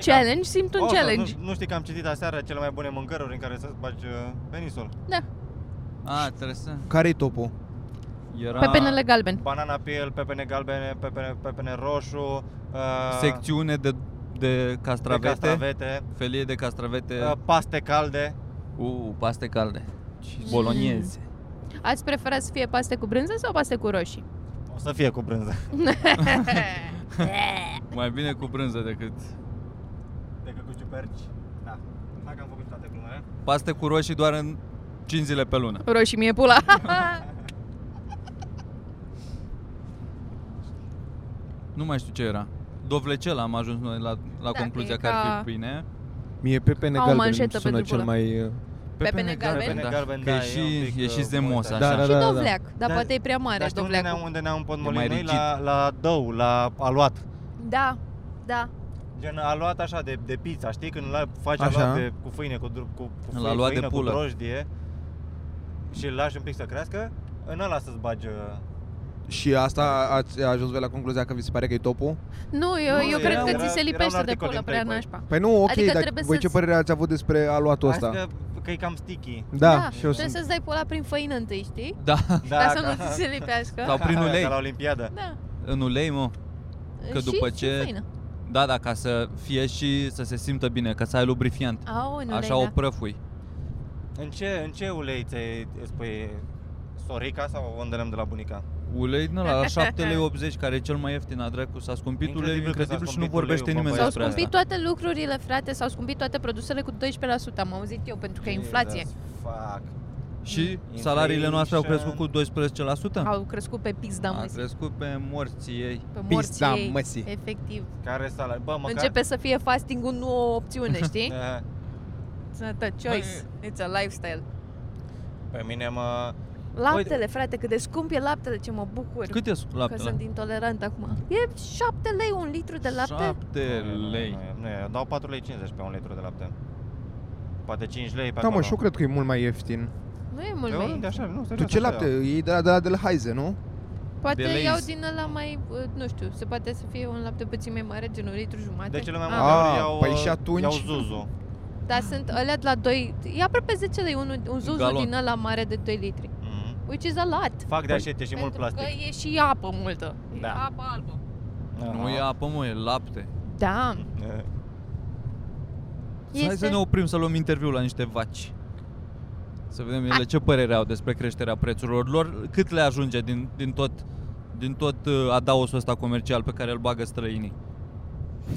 Speaker 3: Challenge, simt un
Speaker 4: Oh,
Speaker 3: challenge.
Speaker 4: Nu, nu știi că am citit aseară cele mai bune mâncăruri în care să-ți bagi uh, penisul?
Speaker 3: Da.
Speaker 2: A, trebuie să...
Speaker 1: Care-i topul?
Speaker 2: Era
Speaker 3: Pepenele galben.
Speaker 4: Banana peel, pepene galbene, pepene, pepene roșu, uh,
Speaker 2: secțiune de, de
Speaker 4: de
Speaker 2: castravete,
Speaker 4: castravete,
Speaker 2: felie de castravete,
Speaker 4: uh, paste calde.
Speaker 2: uh, paste calde, bolognese.
Speaker 3: Ați preferat să fie paste cu brânză sau paste cu roșii?
Speaker 4: O să fie cu brânză.
Speaker 2: (laughs) Mai bine cu brânză decât
Speaker 4: Decât cu ciuperci. Da. Dacă am făcut toate glumele.
Speaker 2: paste cu roșii doar în 5 zile pe lună.
Speaker 3: roșii mie pula. Da,
Speaker 2: Nu mai știu ce era. Dovlecela am ajuns noi la, la
Speaker 3: că
Speaker 2: concluzia
Speaker 3: Da, e
Speaker 2: că ar fi
Speaker 3: ca-
Speaker 2: pâine.
Speaker 1: Mie pepene
Speaker 3: Au o
Speaker 1: galben
Speaker 3: manșetă
Speaker 1: îmi sună
Speaker 3: pentru
Speaker 1: cel
Speaker 3: pulă.
Speaker 1: mai... uh,
Speaker 3: Pepene galben?
Speaker 4: Pepene galben,
Speaker 2: că e
Speaker 4: da, e un pic,
Speaker 2: și, e și
Speaker 4: uh,
Speaker 2: zemos
Speaker 4: voitat.
Speaker 2: așa.
Speaker 1: Da,
Speaker 3: și
Speaker 1: da, da.
Speaker 3: dovleac, dar
Speaker 4: Da,
Speaker 3: poate e prea mare
Speaker 4: Dar știi unde ne-am,
Speaker 3: dovleacul.
Speaker 4: unde ne-am
Speaker 2: E mai
Speaker 4: împotmolit noi?
Speaker 2: rigid.
Speaker 4: La, la dău, la aluat.
Speaker 3: Da, da.
Speaker 4: Gen aluat așa de, de pizza, știi? Când îl faci
Speaker 1: Așa.
Speaker 4: aluat de, cu fâine, cu, dru- cu, cu
Speaker 2: Îl
Speaker 4: fâine,
Speaker 2: aluat de
Speaker 4: fâină,
Speaker 2: pulă.
Speaker 4: cu drojdie și îl lași un pic să crească, în ăla să-ți bagi... uh,
Speaker 1: Și asta ați ajuns voi la concluzia că vi se pare că e topul?
Speaker 3: Nu, eu,
Speaker 4: Nu,
Speaker 3: eu
Speaker 4: era-
Speaker 3: cred că
Speaker 4: era-
Speaker 3: ți se
Speaker 4: era un
Speaker 3: lipește de
Speaker 4: articol
Speaker 3: pulă
Speaker 4: din
Speaker 3: prea
Speaker 4: Playboy.
Speaker 3: nașpa.
Speaker 1: Păi nu, ok,
Speaker 3: Adică
Speaker 1: dar
Speaker 3: trebuie
Speaker 1: voi ce
Speaker 3: să-ți-
Speaker 1: părere ați avut despre aluatul
Speaker 4: hai să
Speaker 1: ăsta?
Speaker 4: Că, că e cam sticky.
Speaker 1: Da, și eu
Speaker 3: trebuie
Speaker 1: sunt...
Speaker 3: să-ți dai pula prin făină întâi, știi?
Speaker 2: Da,
Speaker 3: Ca să nu ți se lipească.
Speaker 4: Da.
Speaker 2: Sau prin ulei.
Speaker 4: Ca la olimpiadă.
Speaker 3: Da.
Speaker 2: în ulei, mă. Că
Speaker 3: și,
Speaker 2: după
Speaker 3: și
Speaker 2: ce-
Speaker 3: făină.
Speaker 2: Da, da, ca să fie și să se simtă bine, ca să ai lubrifiant.
Speaker 3: Ah, Au, în ulei,
Speaker 2: Așa
Speaker 3: da.
Speaker 2: o prăfui.
Speaker 4: În ce, în ce ulei ți îți pui sorica sau ondelem de la bunica?
Speaker 2: Ulei din
Speaker 3: (laughs)
Speaker 2: la 7,80 lei, care e cel mai ieftin, a dracu, s-a scumpit
Speaker 4: Incredibil
Speaker 2: ulei,
Speaker 4: că s-a
Speaker 2: incredibil și nu
Speaker 4: scumpit
Speaker 2: vorbește
Speaker 4: uleiul,
Speaker 2: nimeni
Speaker 4: mă,
Speaker 3: S-au
Speaker 4: băi,
Speaker 2: despre
Speaker 3: scumpit
Speaker 2: asta.
Speaker 3: toate lucrurile, frate, s-au scumpit toate produsele cu 12%, am auzit eu, pentru că e inflație.
Speaker 4: Jesus, Fuck.
Speaker 2: Și salariile noastre au crescut cu 12%?
Speaker 3: Au crescut pe pix, da,
Speaker 2: A
Speaker 3: măsii,
Speaker 2: crescut pe morții ei.
Speaker 3: pe morții
Speaker 1: Pizda,
Speaker 3: ei,
Speaker 1: măsi.
Speaker 3: efectiv.
Speaker 4: Care salariu? Bă, măcar...
Speaker 3: Începe să fie fasting-ul nu o opțiune, știi?
Speaker 4: Da.
Speaker 3: It's not a choice, it's a lifestyle.
Speaker 4: Pe mine mă...
Speaker 3: Laptele, frate, cât de scump e laptele, ce mă bucur.
Speaker 2: Cât e
Speaker 3: Păi, Că
Speaker 2: laptele?
Speaker 3: sunt intolerant acum. E 7 lei un litru de lapte?
Speaker 2: 7
Speaker 4: Nu,
Speaker 2: lei.
Speaker 4: e- Nu, e- dau 4 lei 50 pe un litru de lapte. Poate 5 lei pe
Speaker 1: Da, mă,
Speaker 4: acolo.
Speaker 1: și eu cred că e mult mai ieftin.
Speaker 3: Nu e mult
Speaker 4: Pe
Speaker 3: mai.
Speaker 4: unde? Da, Așa, nu, serios,
Speaker 1: Tu ce
Speaker 4: așa
Speaker 1: lapte?
Speaker 4: iau.
Speaker 1: Ei de la, de la Delhaize, nu?
Speaker 3: Poate
Speaker 2: De
Speaker 3: de
Speaker 2: lei.
Speaker 3: iau din ăla mai, uh, nu știu, se poate să fie un lapte puțin mai mare, gen un litru jumate.
Speaker 4: De cele mai
Speaker 3: Ah,
Speaker 4: multe
Speaker 1: Ah,
Speaker 4: ori iau,
Speaker 1: păi și
Speaker 4: uh,
Speaker 1: atunci-
Speaker 4: iau Zuzu.
Speaker 3: Dar sunt alea de la 2, e aproape 10 lei, un, un zuzu
Speaker 2: Galon.
Speaker 3: din ăla mare de 2 litri.
Speaker 4: Mhm.
Speaker 3: Which is a lot.
Speaker 4: Fac de așete și mult
Speaker 3: pentru
Speaker 4: plastic.
Speaker 3: că e și apă multă. E
Speaker 4: Da.
Speaker 3: apă albă.
Speaker 2: Nu e apă, mă, e lapte.
Speaker 3: Da.
Speaker 4: Aha.
Speaker 2: Este... Hai să ne oprim să luăm interviul la niște vaci. Să vedem ele ce părere au despre creșterea prețurilor lor, cât le ajunge din, din tot din tot uh, adaosul ăsta comercial pe care îl bagă străinii.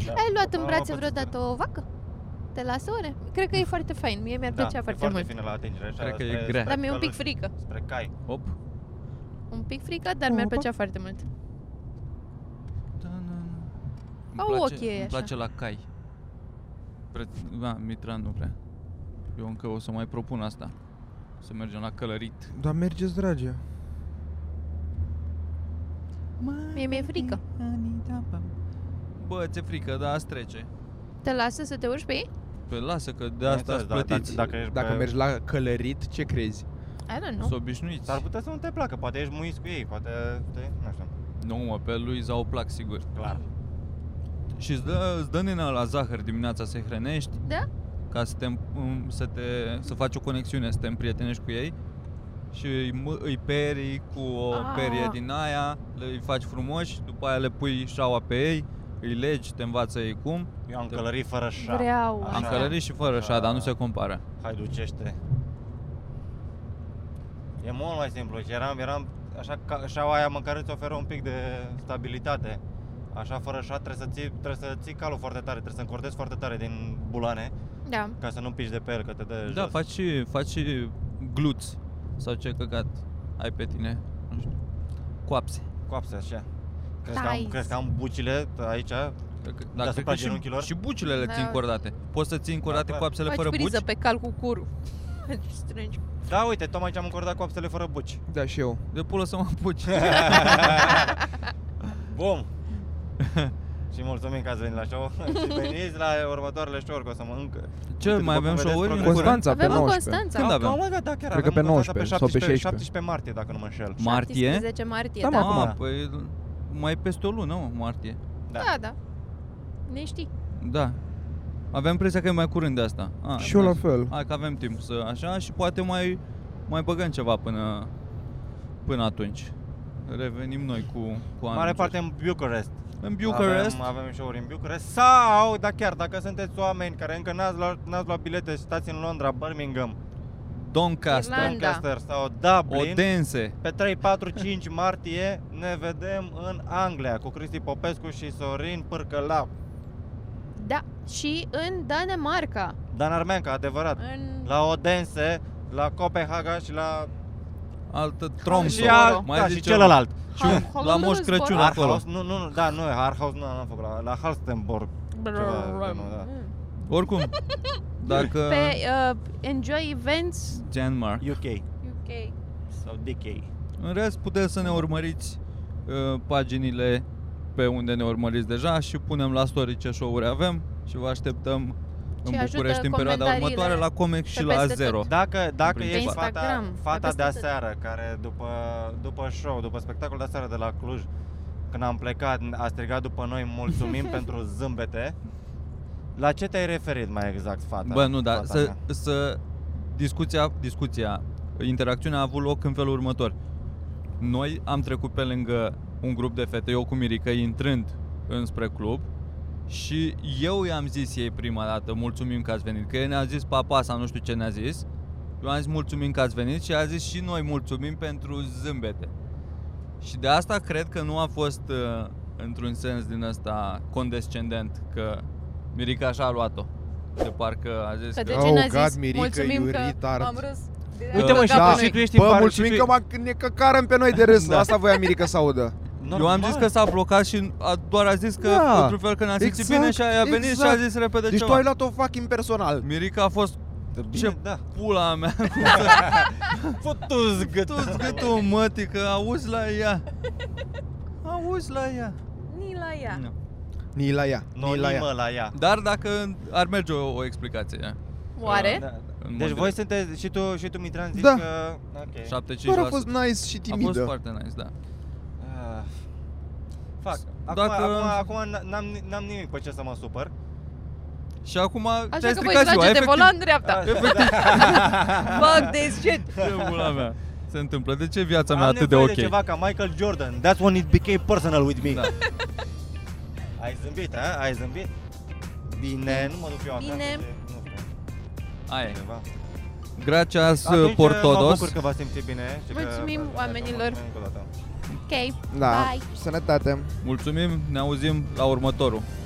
Speaker 4: Da.
Speaker 3: Ai luat în
Speaker 4: Am da.
Speaker 3: brațe
Speaker 4: apățit
Speaker 3: vreodată o vacă? Te lasă ore? Cred că e foarte fain, mie mi-ar
Speaker 4: Da,
Speaker 3: plăcea
Speaker 4: e
Speaker 3: foarte mult.
Speaker 4: fină la atingere, așa,
Speaker 2: Cred că e
Speaker 4: spre-
Speaker 2: grea.
Speaker 4: spre
Speaker 3: Dar mi-e un pic
Speaker 4: căluș,
Speaker 3: frică.
Speaker 4: Spre cai.
Speaker 2: Op.
Speaker 3: Un pic frică, dar
Speaker 2: O,
Speaker 3: mi-ar
Speaker 2: bă.
Speaker 3: plăcea foarte mult.
Speaker 2: Da, na, na. Îmi
Speaker 3: Au
Speaker 2: place,
Speaker 3: ochii ei
Speaker 2: îmi
Speaker 3: așa.
Speaker 2: place la cai. Pre... Da, Mitran nu prea. Eu încă o să mai propun asta. Să mergem la călărit.
Speaker 1: Da, mergeți, dragi.
Speaker 3: Mie mi-e frică.
Speaker 2: Bă, ți-e frică, dar asta trece.
Speaker 3: Te lasă să te urci pe ei?
Speaker 2: Pe lasă că de asta ați
Speaker 4: Bineînțeles, da,
Speaker 2: plătiți.
Speaker 4: Dacă, dacă ești
Speaker 1: Dacă
Speaker 4: pe-
Speaker 1: mergi la călărit, ce crezi?
Speaker 3: I don't know.
Speaker 2: S-o obișnuiți.
Speaker 4: S-ar putea să nu te placă, poate ești muis cu ei, poate, știi, nu știu,
Speaker 2: Nu, mă, pe Luiza o plac, sigur.
Speaker 4: clar.
Speaker 2: Da. Și îți dă, îți dă nena la zahăr dimineața să-i hrănești,
Speaker 3: Da?
Speaker 2: ca să te, îm- să, te, să faci o conexiune, să te împrietenești cu ei. Și îi, mă- îi peri cu o
Speaker 3: Ah.
Speaker 2: perie din aia, le, îi faci frumoși, după aia le pui șaua pe ei, îi legi, te învață ei cum.
Speaker 4: Eu am călărit fără șa.
Speaker 3: Vreau
Speaker 4: Așa.
Speaker 2: Am
Speaker 3: asta.
Speaker 2: călărit și fără așa, dar nu se compară.
Speaker 4: Hai, ducește. E mult mai simplu, și eram, eram, așa, ca, șaua aia măcar îți oferă un pic de stabilitate. Așa, fără șa, trebuie să ții, trebuie să ții calul foarte tare, trebuie să încordezi foarte tare din bulane,
Speaker 3: Da.
Speaker 4: ca să nu pici de pe el, că te dă
Speaker 2: Da,
Speaker 4: jos.
Speaker 2: faci și, faci și gluți sau ce căcat ai pe tine, nu știu, coapse.
Speaker 4: Coapse, așa. Crezi că, am,
Speaker 3: Tais.
Speaker 4: crezi că am bucile aici?
Speaker 2: Dacă,
Speaker 4: Deasupra
Speaker 2: cred că
Speaker 4: genunchilor?
Speaker 2: Și, și bucile le
Speaker 3: Da.
Speaker 2: țin cordate. Poți să ții încordate
Speaker 4: clar.
Speaker 2: coapsele
Speaker 3: Faci
Speaker 2: fără buci?
Speaker 3: priză pe cal cu curul. (laughs) Strângi.
Speaker 4: Da, uite, tocmai ce am încordat coapsele fără buci.
Speaker 1: Da, și eu.
Speaker 2: De pulă să mă
Speaker 4: (laughs)
Speaker 2: apuci. (laughs)
Speaker 4: Bum! și mulțumim că ați venit la show (laughs) și veniți la următoarele show-uri, că o să mănânc.
Speaker 2: Ce, mai avem
Speaker 4: vedeți,
Speaker 2: show-uri? în
Speaker 4: progresăm.
Speaker 2: curând?
Speaker 1: Constanța, pe
Speaker 3: Avem în
Speaker 1: 19.
Speaker 3: Constanța.
Speaker 2: Când
Speaker 4: Da,
Speaker 2: avem?
Speaker 4: da, mă, da, chiar
Speaker 1: Cred că
Speaker 4: avem
Speaker 1: pe
Speaker 4: în Constanța
Speaker 1: 19 sau pe 16.
Speaker 4: 17 martie, dacă nu mă înșel.
Speaker 2: Martie?
Speaker 3: 17 martie,
Speaker 1: Da,
Speaker 3: da.
Speaker 1: mă,
Speaker 3: Da,
Speaker 1: acum.
Speaker 2: Mamă, păi mai peste o lună, mă, martie.
Speaker 3: da. Ne știi.
Speaker 2: Da. Aveam impresia că e mai curând de asta. A,
Speaker 1: Da, Și eu la
Speaker 2: nice.
Speaker 1: fel.
Speaker 2: Hai că avem timp să așa și poate mai, mai băgăm ceva până, până atunci. Revenim noi cu, cu
Speaker 4: Mare
Speaker 2: anunțuri.
Speaker 4: parte în Bucharest.
Speaker 2: În Bucharest.
Speaker 4: Avem, avem show-uri în Bucharest. Sau, da chiar, dacă sunteți oameni care încă n-ați luat, n-ați luat bilete și stați în Londra, Birmingham, uh,
Speaker 2: Doncaster.
Speaker 3: Irlanda.
Speaker 4: Doncaster sau Dublin,
Speaker 2: Odense.
Speaker 4: Pe 3, 4, 5 martie ne vedem în Anglia cu Cristi Popescu și Sorin Pârcălap.
Speaker 3: Da. Și în Danemarca.
Speaker 4: Dan Armeanca, adevărat.
Speaker 3: În...
Speaker 4: La Odense, la Copenhaga și la...
Speaker 2: Altă Tromso.
Speaker 4: și, al,
Speaker 2: Mai
Speaker 4: da,
Speaker 2: zice
Speaker 4: și celălalt.
Speaker 3: Hol-
Speaker 2: la Moș
Speaker 3: Hollandul
Speaker 2: Crăciun
Speaker 3: Zbor.
Speaker 2: acolo.
Speaker 4: Arhaus, nu, nu, nu, da, nu, Arhaus nu am făcut, la, la Halstenborg. Ceva, genul, da.
Speaker 3: Mm.
Speaker 2: Oricum,
Speaker 1: (laughs)
Speaker 2: dacă...
Speaker 3: Pe uh, Enjoy Events
Speaker 2: Denmark.
Speaker 4: UK
Speaker 3: UK.
Speaker 4: sau DK.
Speaker 2: În rest, puteți să ne urmăriți uh, paginile pe unde ne urmăriți deja și punem la story ce show-uri avem și vă așteptăm
Speaker 3: Și
Speaker 2: în
Speaker 3: ajută
Speaker 2: București în perioada
Speaker 3: comentariile
Speaker 2: următoare la Comex și
Speaker 3: pe
Speaker 2: la
Speaker 3: peste
Speaker 2: Zero.
Speaker 3: tot.
Speaker 4: Dacă, dacă
Speaker 2: Pe
Speaker 4: ești fata,
Speaker 3: Instagram, pe
Speaker 4: fata
Speaker 3: peste
Speaker 4: de
Speaker 3: tot.
Speaker 4: aseară, care după, după show, după spectacol de aseară de la Cluj, când am plecat, a strigat după noi, mulțumim pentru zâmbete. La ce te-ai referit mai exact, fata?
Speaker 2: Bă, nu, dar
Speaker 4: fata
Speaker 2: să,
Speaker 4: mea?
Speaker 2: să discuția, discuția, interacțiunea a avut loc în felul următor. Noi am trecut pe lângă un grup de fete, eu cu Mirica, intrând înspre club și eu i-am zis ei prima dată, mulțumim că ați venit, că ei ne-a zis papa sau nu știu ce ne-a zis Eu am zis mulțumim că ați venit și a zis și noi mulțumim pentru zâmbete. Și de asta cred că nu a fost uh, într-un sens din ăsta condescendent că Mirica așa a luat-o. De parcă a zis
Speaker 3: Că deci-
Speaker 2: că...
Speaker 3: de
Speaker 1: Oh
Speaker 3: ce n-a
Speaker 1: God,
Speaker 3: zis,
Speaker 1: Mirica,
Speaker 3: mulțumim
Speaker 1: you
Speaker 3: că
Speaker 1: retard."
Speaker 3: am râs. de-
Speaker 4: Uite mă,
Speaker 3: de
Speaker 4: și,
Speaker 1: Da.
Speaker 3: capul
Speaker 4: tu, și
Speaker 3: meu.
Speaker 4: tu ești
Speaker 1: Bă,
Speaker 4: în bar, și
Speaker 1: mulțumim
Speaker 4: tu-
Speaker 1: că m-a- ne căcarăm pe noi de râs.
Speaker 2: Da.
Speaker 1: Asta voia Mirica să audă.
Speaker 2: Eu
Speaker 4: Normal.
Speaker 2: am zis că s-a blocat și a, doar a zis că
Speaker 1: Da.
Speaker 2: într-un fel că ne-a simțit
Speaker 1: Exact,
Speaker 2: bine și a, a venit
Speaker 1: exact.
Speaker 2: și a zis repede
Speaker 1: Deci
Speaker 2: ceva.
Speaker 1: tu ai luat-o fucking personal.
Speaker 2: Mirica a fost
Speaker 4: Bine,
Speaker 2: ce
Speaker 4: da.
Speaker 1: (laughs)
Speaker 2: pula mea,
Speaker 4: Futu-ți gâtul.
Speaker 2: tu-ți gâtul mătii, că auzi la ea. Auzi la ea.
Speaker 3: Ni la ea.
Speaker 2: Nu.
Speaker 1: Ni la ea.
Speaker 4: Nu,
Speaker 1: Ni la ea.
Speaker 4: nimă la ea.
Speaker 2: Dar dacă ar merge o, o explicație, ea.
Speaker 3: Oare?
Speaker 4: Da, da.
Speaker 2: În
Speaker 4: Deci
Speaker 2: mod
Speaker 4: voi
Speaker 2: direct.
Speaker 4: sunteți și tu și tu Mitran zici
Speaker 1: Da.
Speaker 4: că ok.
Speaker 2: 75%.
Speaker 1: Doar a fost nice și
Speaker 2: a fost
Speaker 1: timidă.
Speaker 2: foarte nice, da.
Speaker 4: Ah, Fac. Acum,
Speaker 2: Dacă-
Speaker 4: acum, acum n- n-am, n-am nimic pe ce să mă supăr.
Speaker 2: Și acum
Speaker 3: Așa
Speaker 2: te-ai
Speaker 3: că voi
Speaker 2: stricat ziua,
Speaker 3: trage de
Speaker 2: efectiv.
Speaker 3: volan dreapta.
Speaker 2: Efectiv,
Speaker 3: Fuck this shit.
Speaker 2: păi, ce pula mea. Se întâmplă. De ce viața mea
Speaker 4: Am
Speaker 2: atât de
Speaker 4: nevoie
Speaker 2: ok?
Speaker 4: de ceva ca Michael Jordan. That's when it became personal with me.
Speaker 2: Da.
Speaker 4: Ai zâmbit, a? Ai zâmbit? Bine, nu mă duc eu acasă.
Speaker 3: Bine.
Speaker 4: de- Nu știu,
Speaker 2: Aia e.
Speaker 4: ceva.
Speaker 2: Gracias eh,
Speaker 4: Atunci, Mă
Speaker 2: Portodos.
Speaker 4: bucur că v-ați simțit bine. și că-
Speaker 3: Mulțumim
Speaker 4: Mulțumim
Speaker 3: oamenilor.
Speaker 4: încă o dată.
Speaker 3: Ok,
Speaker 1: Da.
Speaker 3: bye.
Speaker 1: Sănătate.
Speaker 2: Mulțumim, ne auzim la următorul.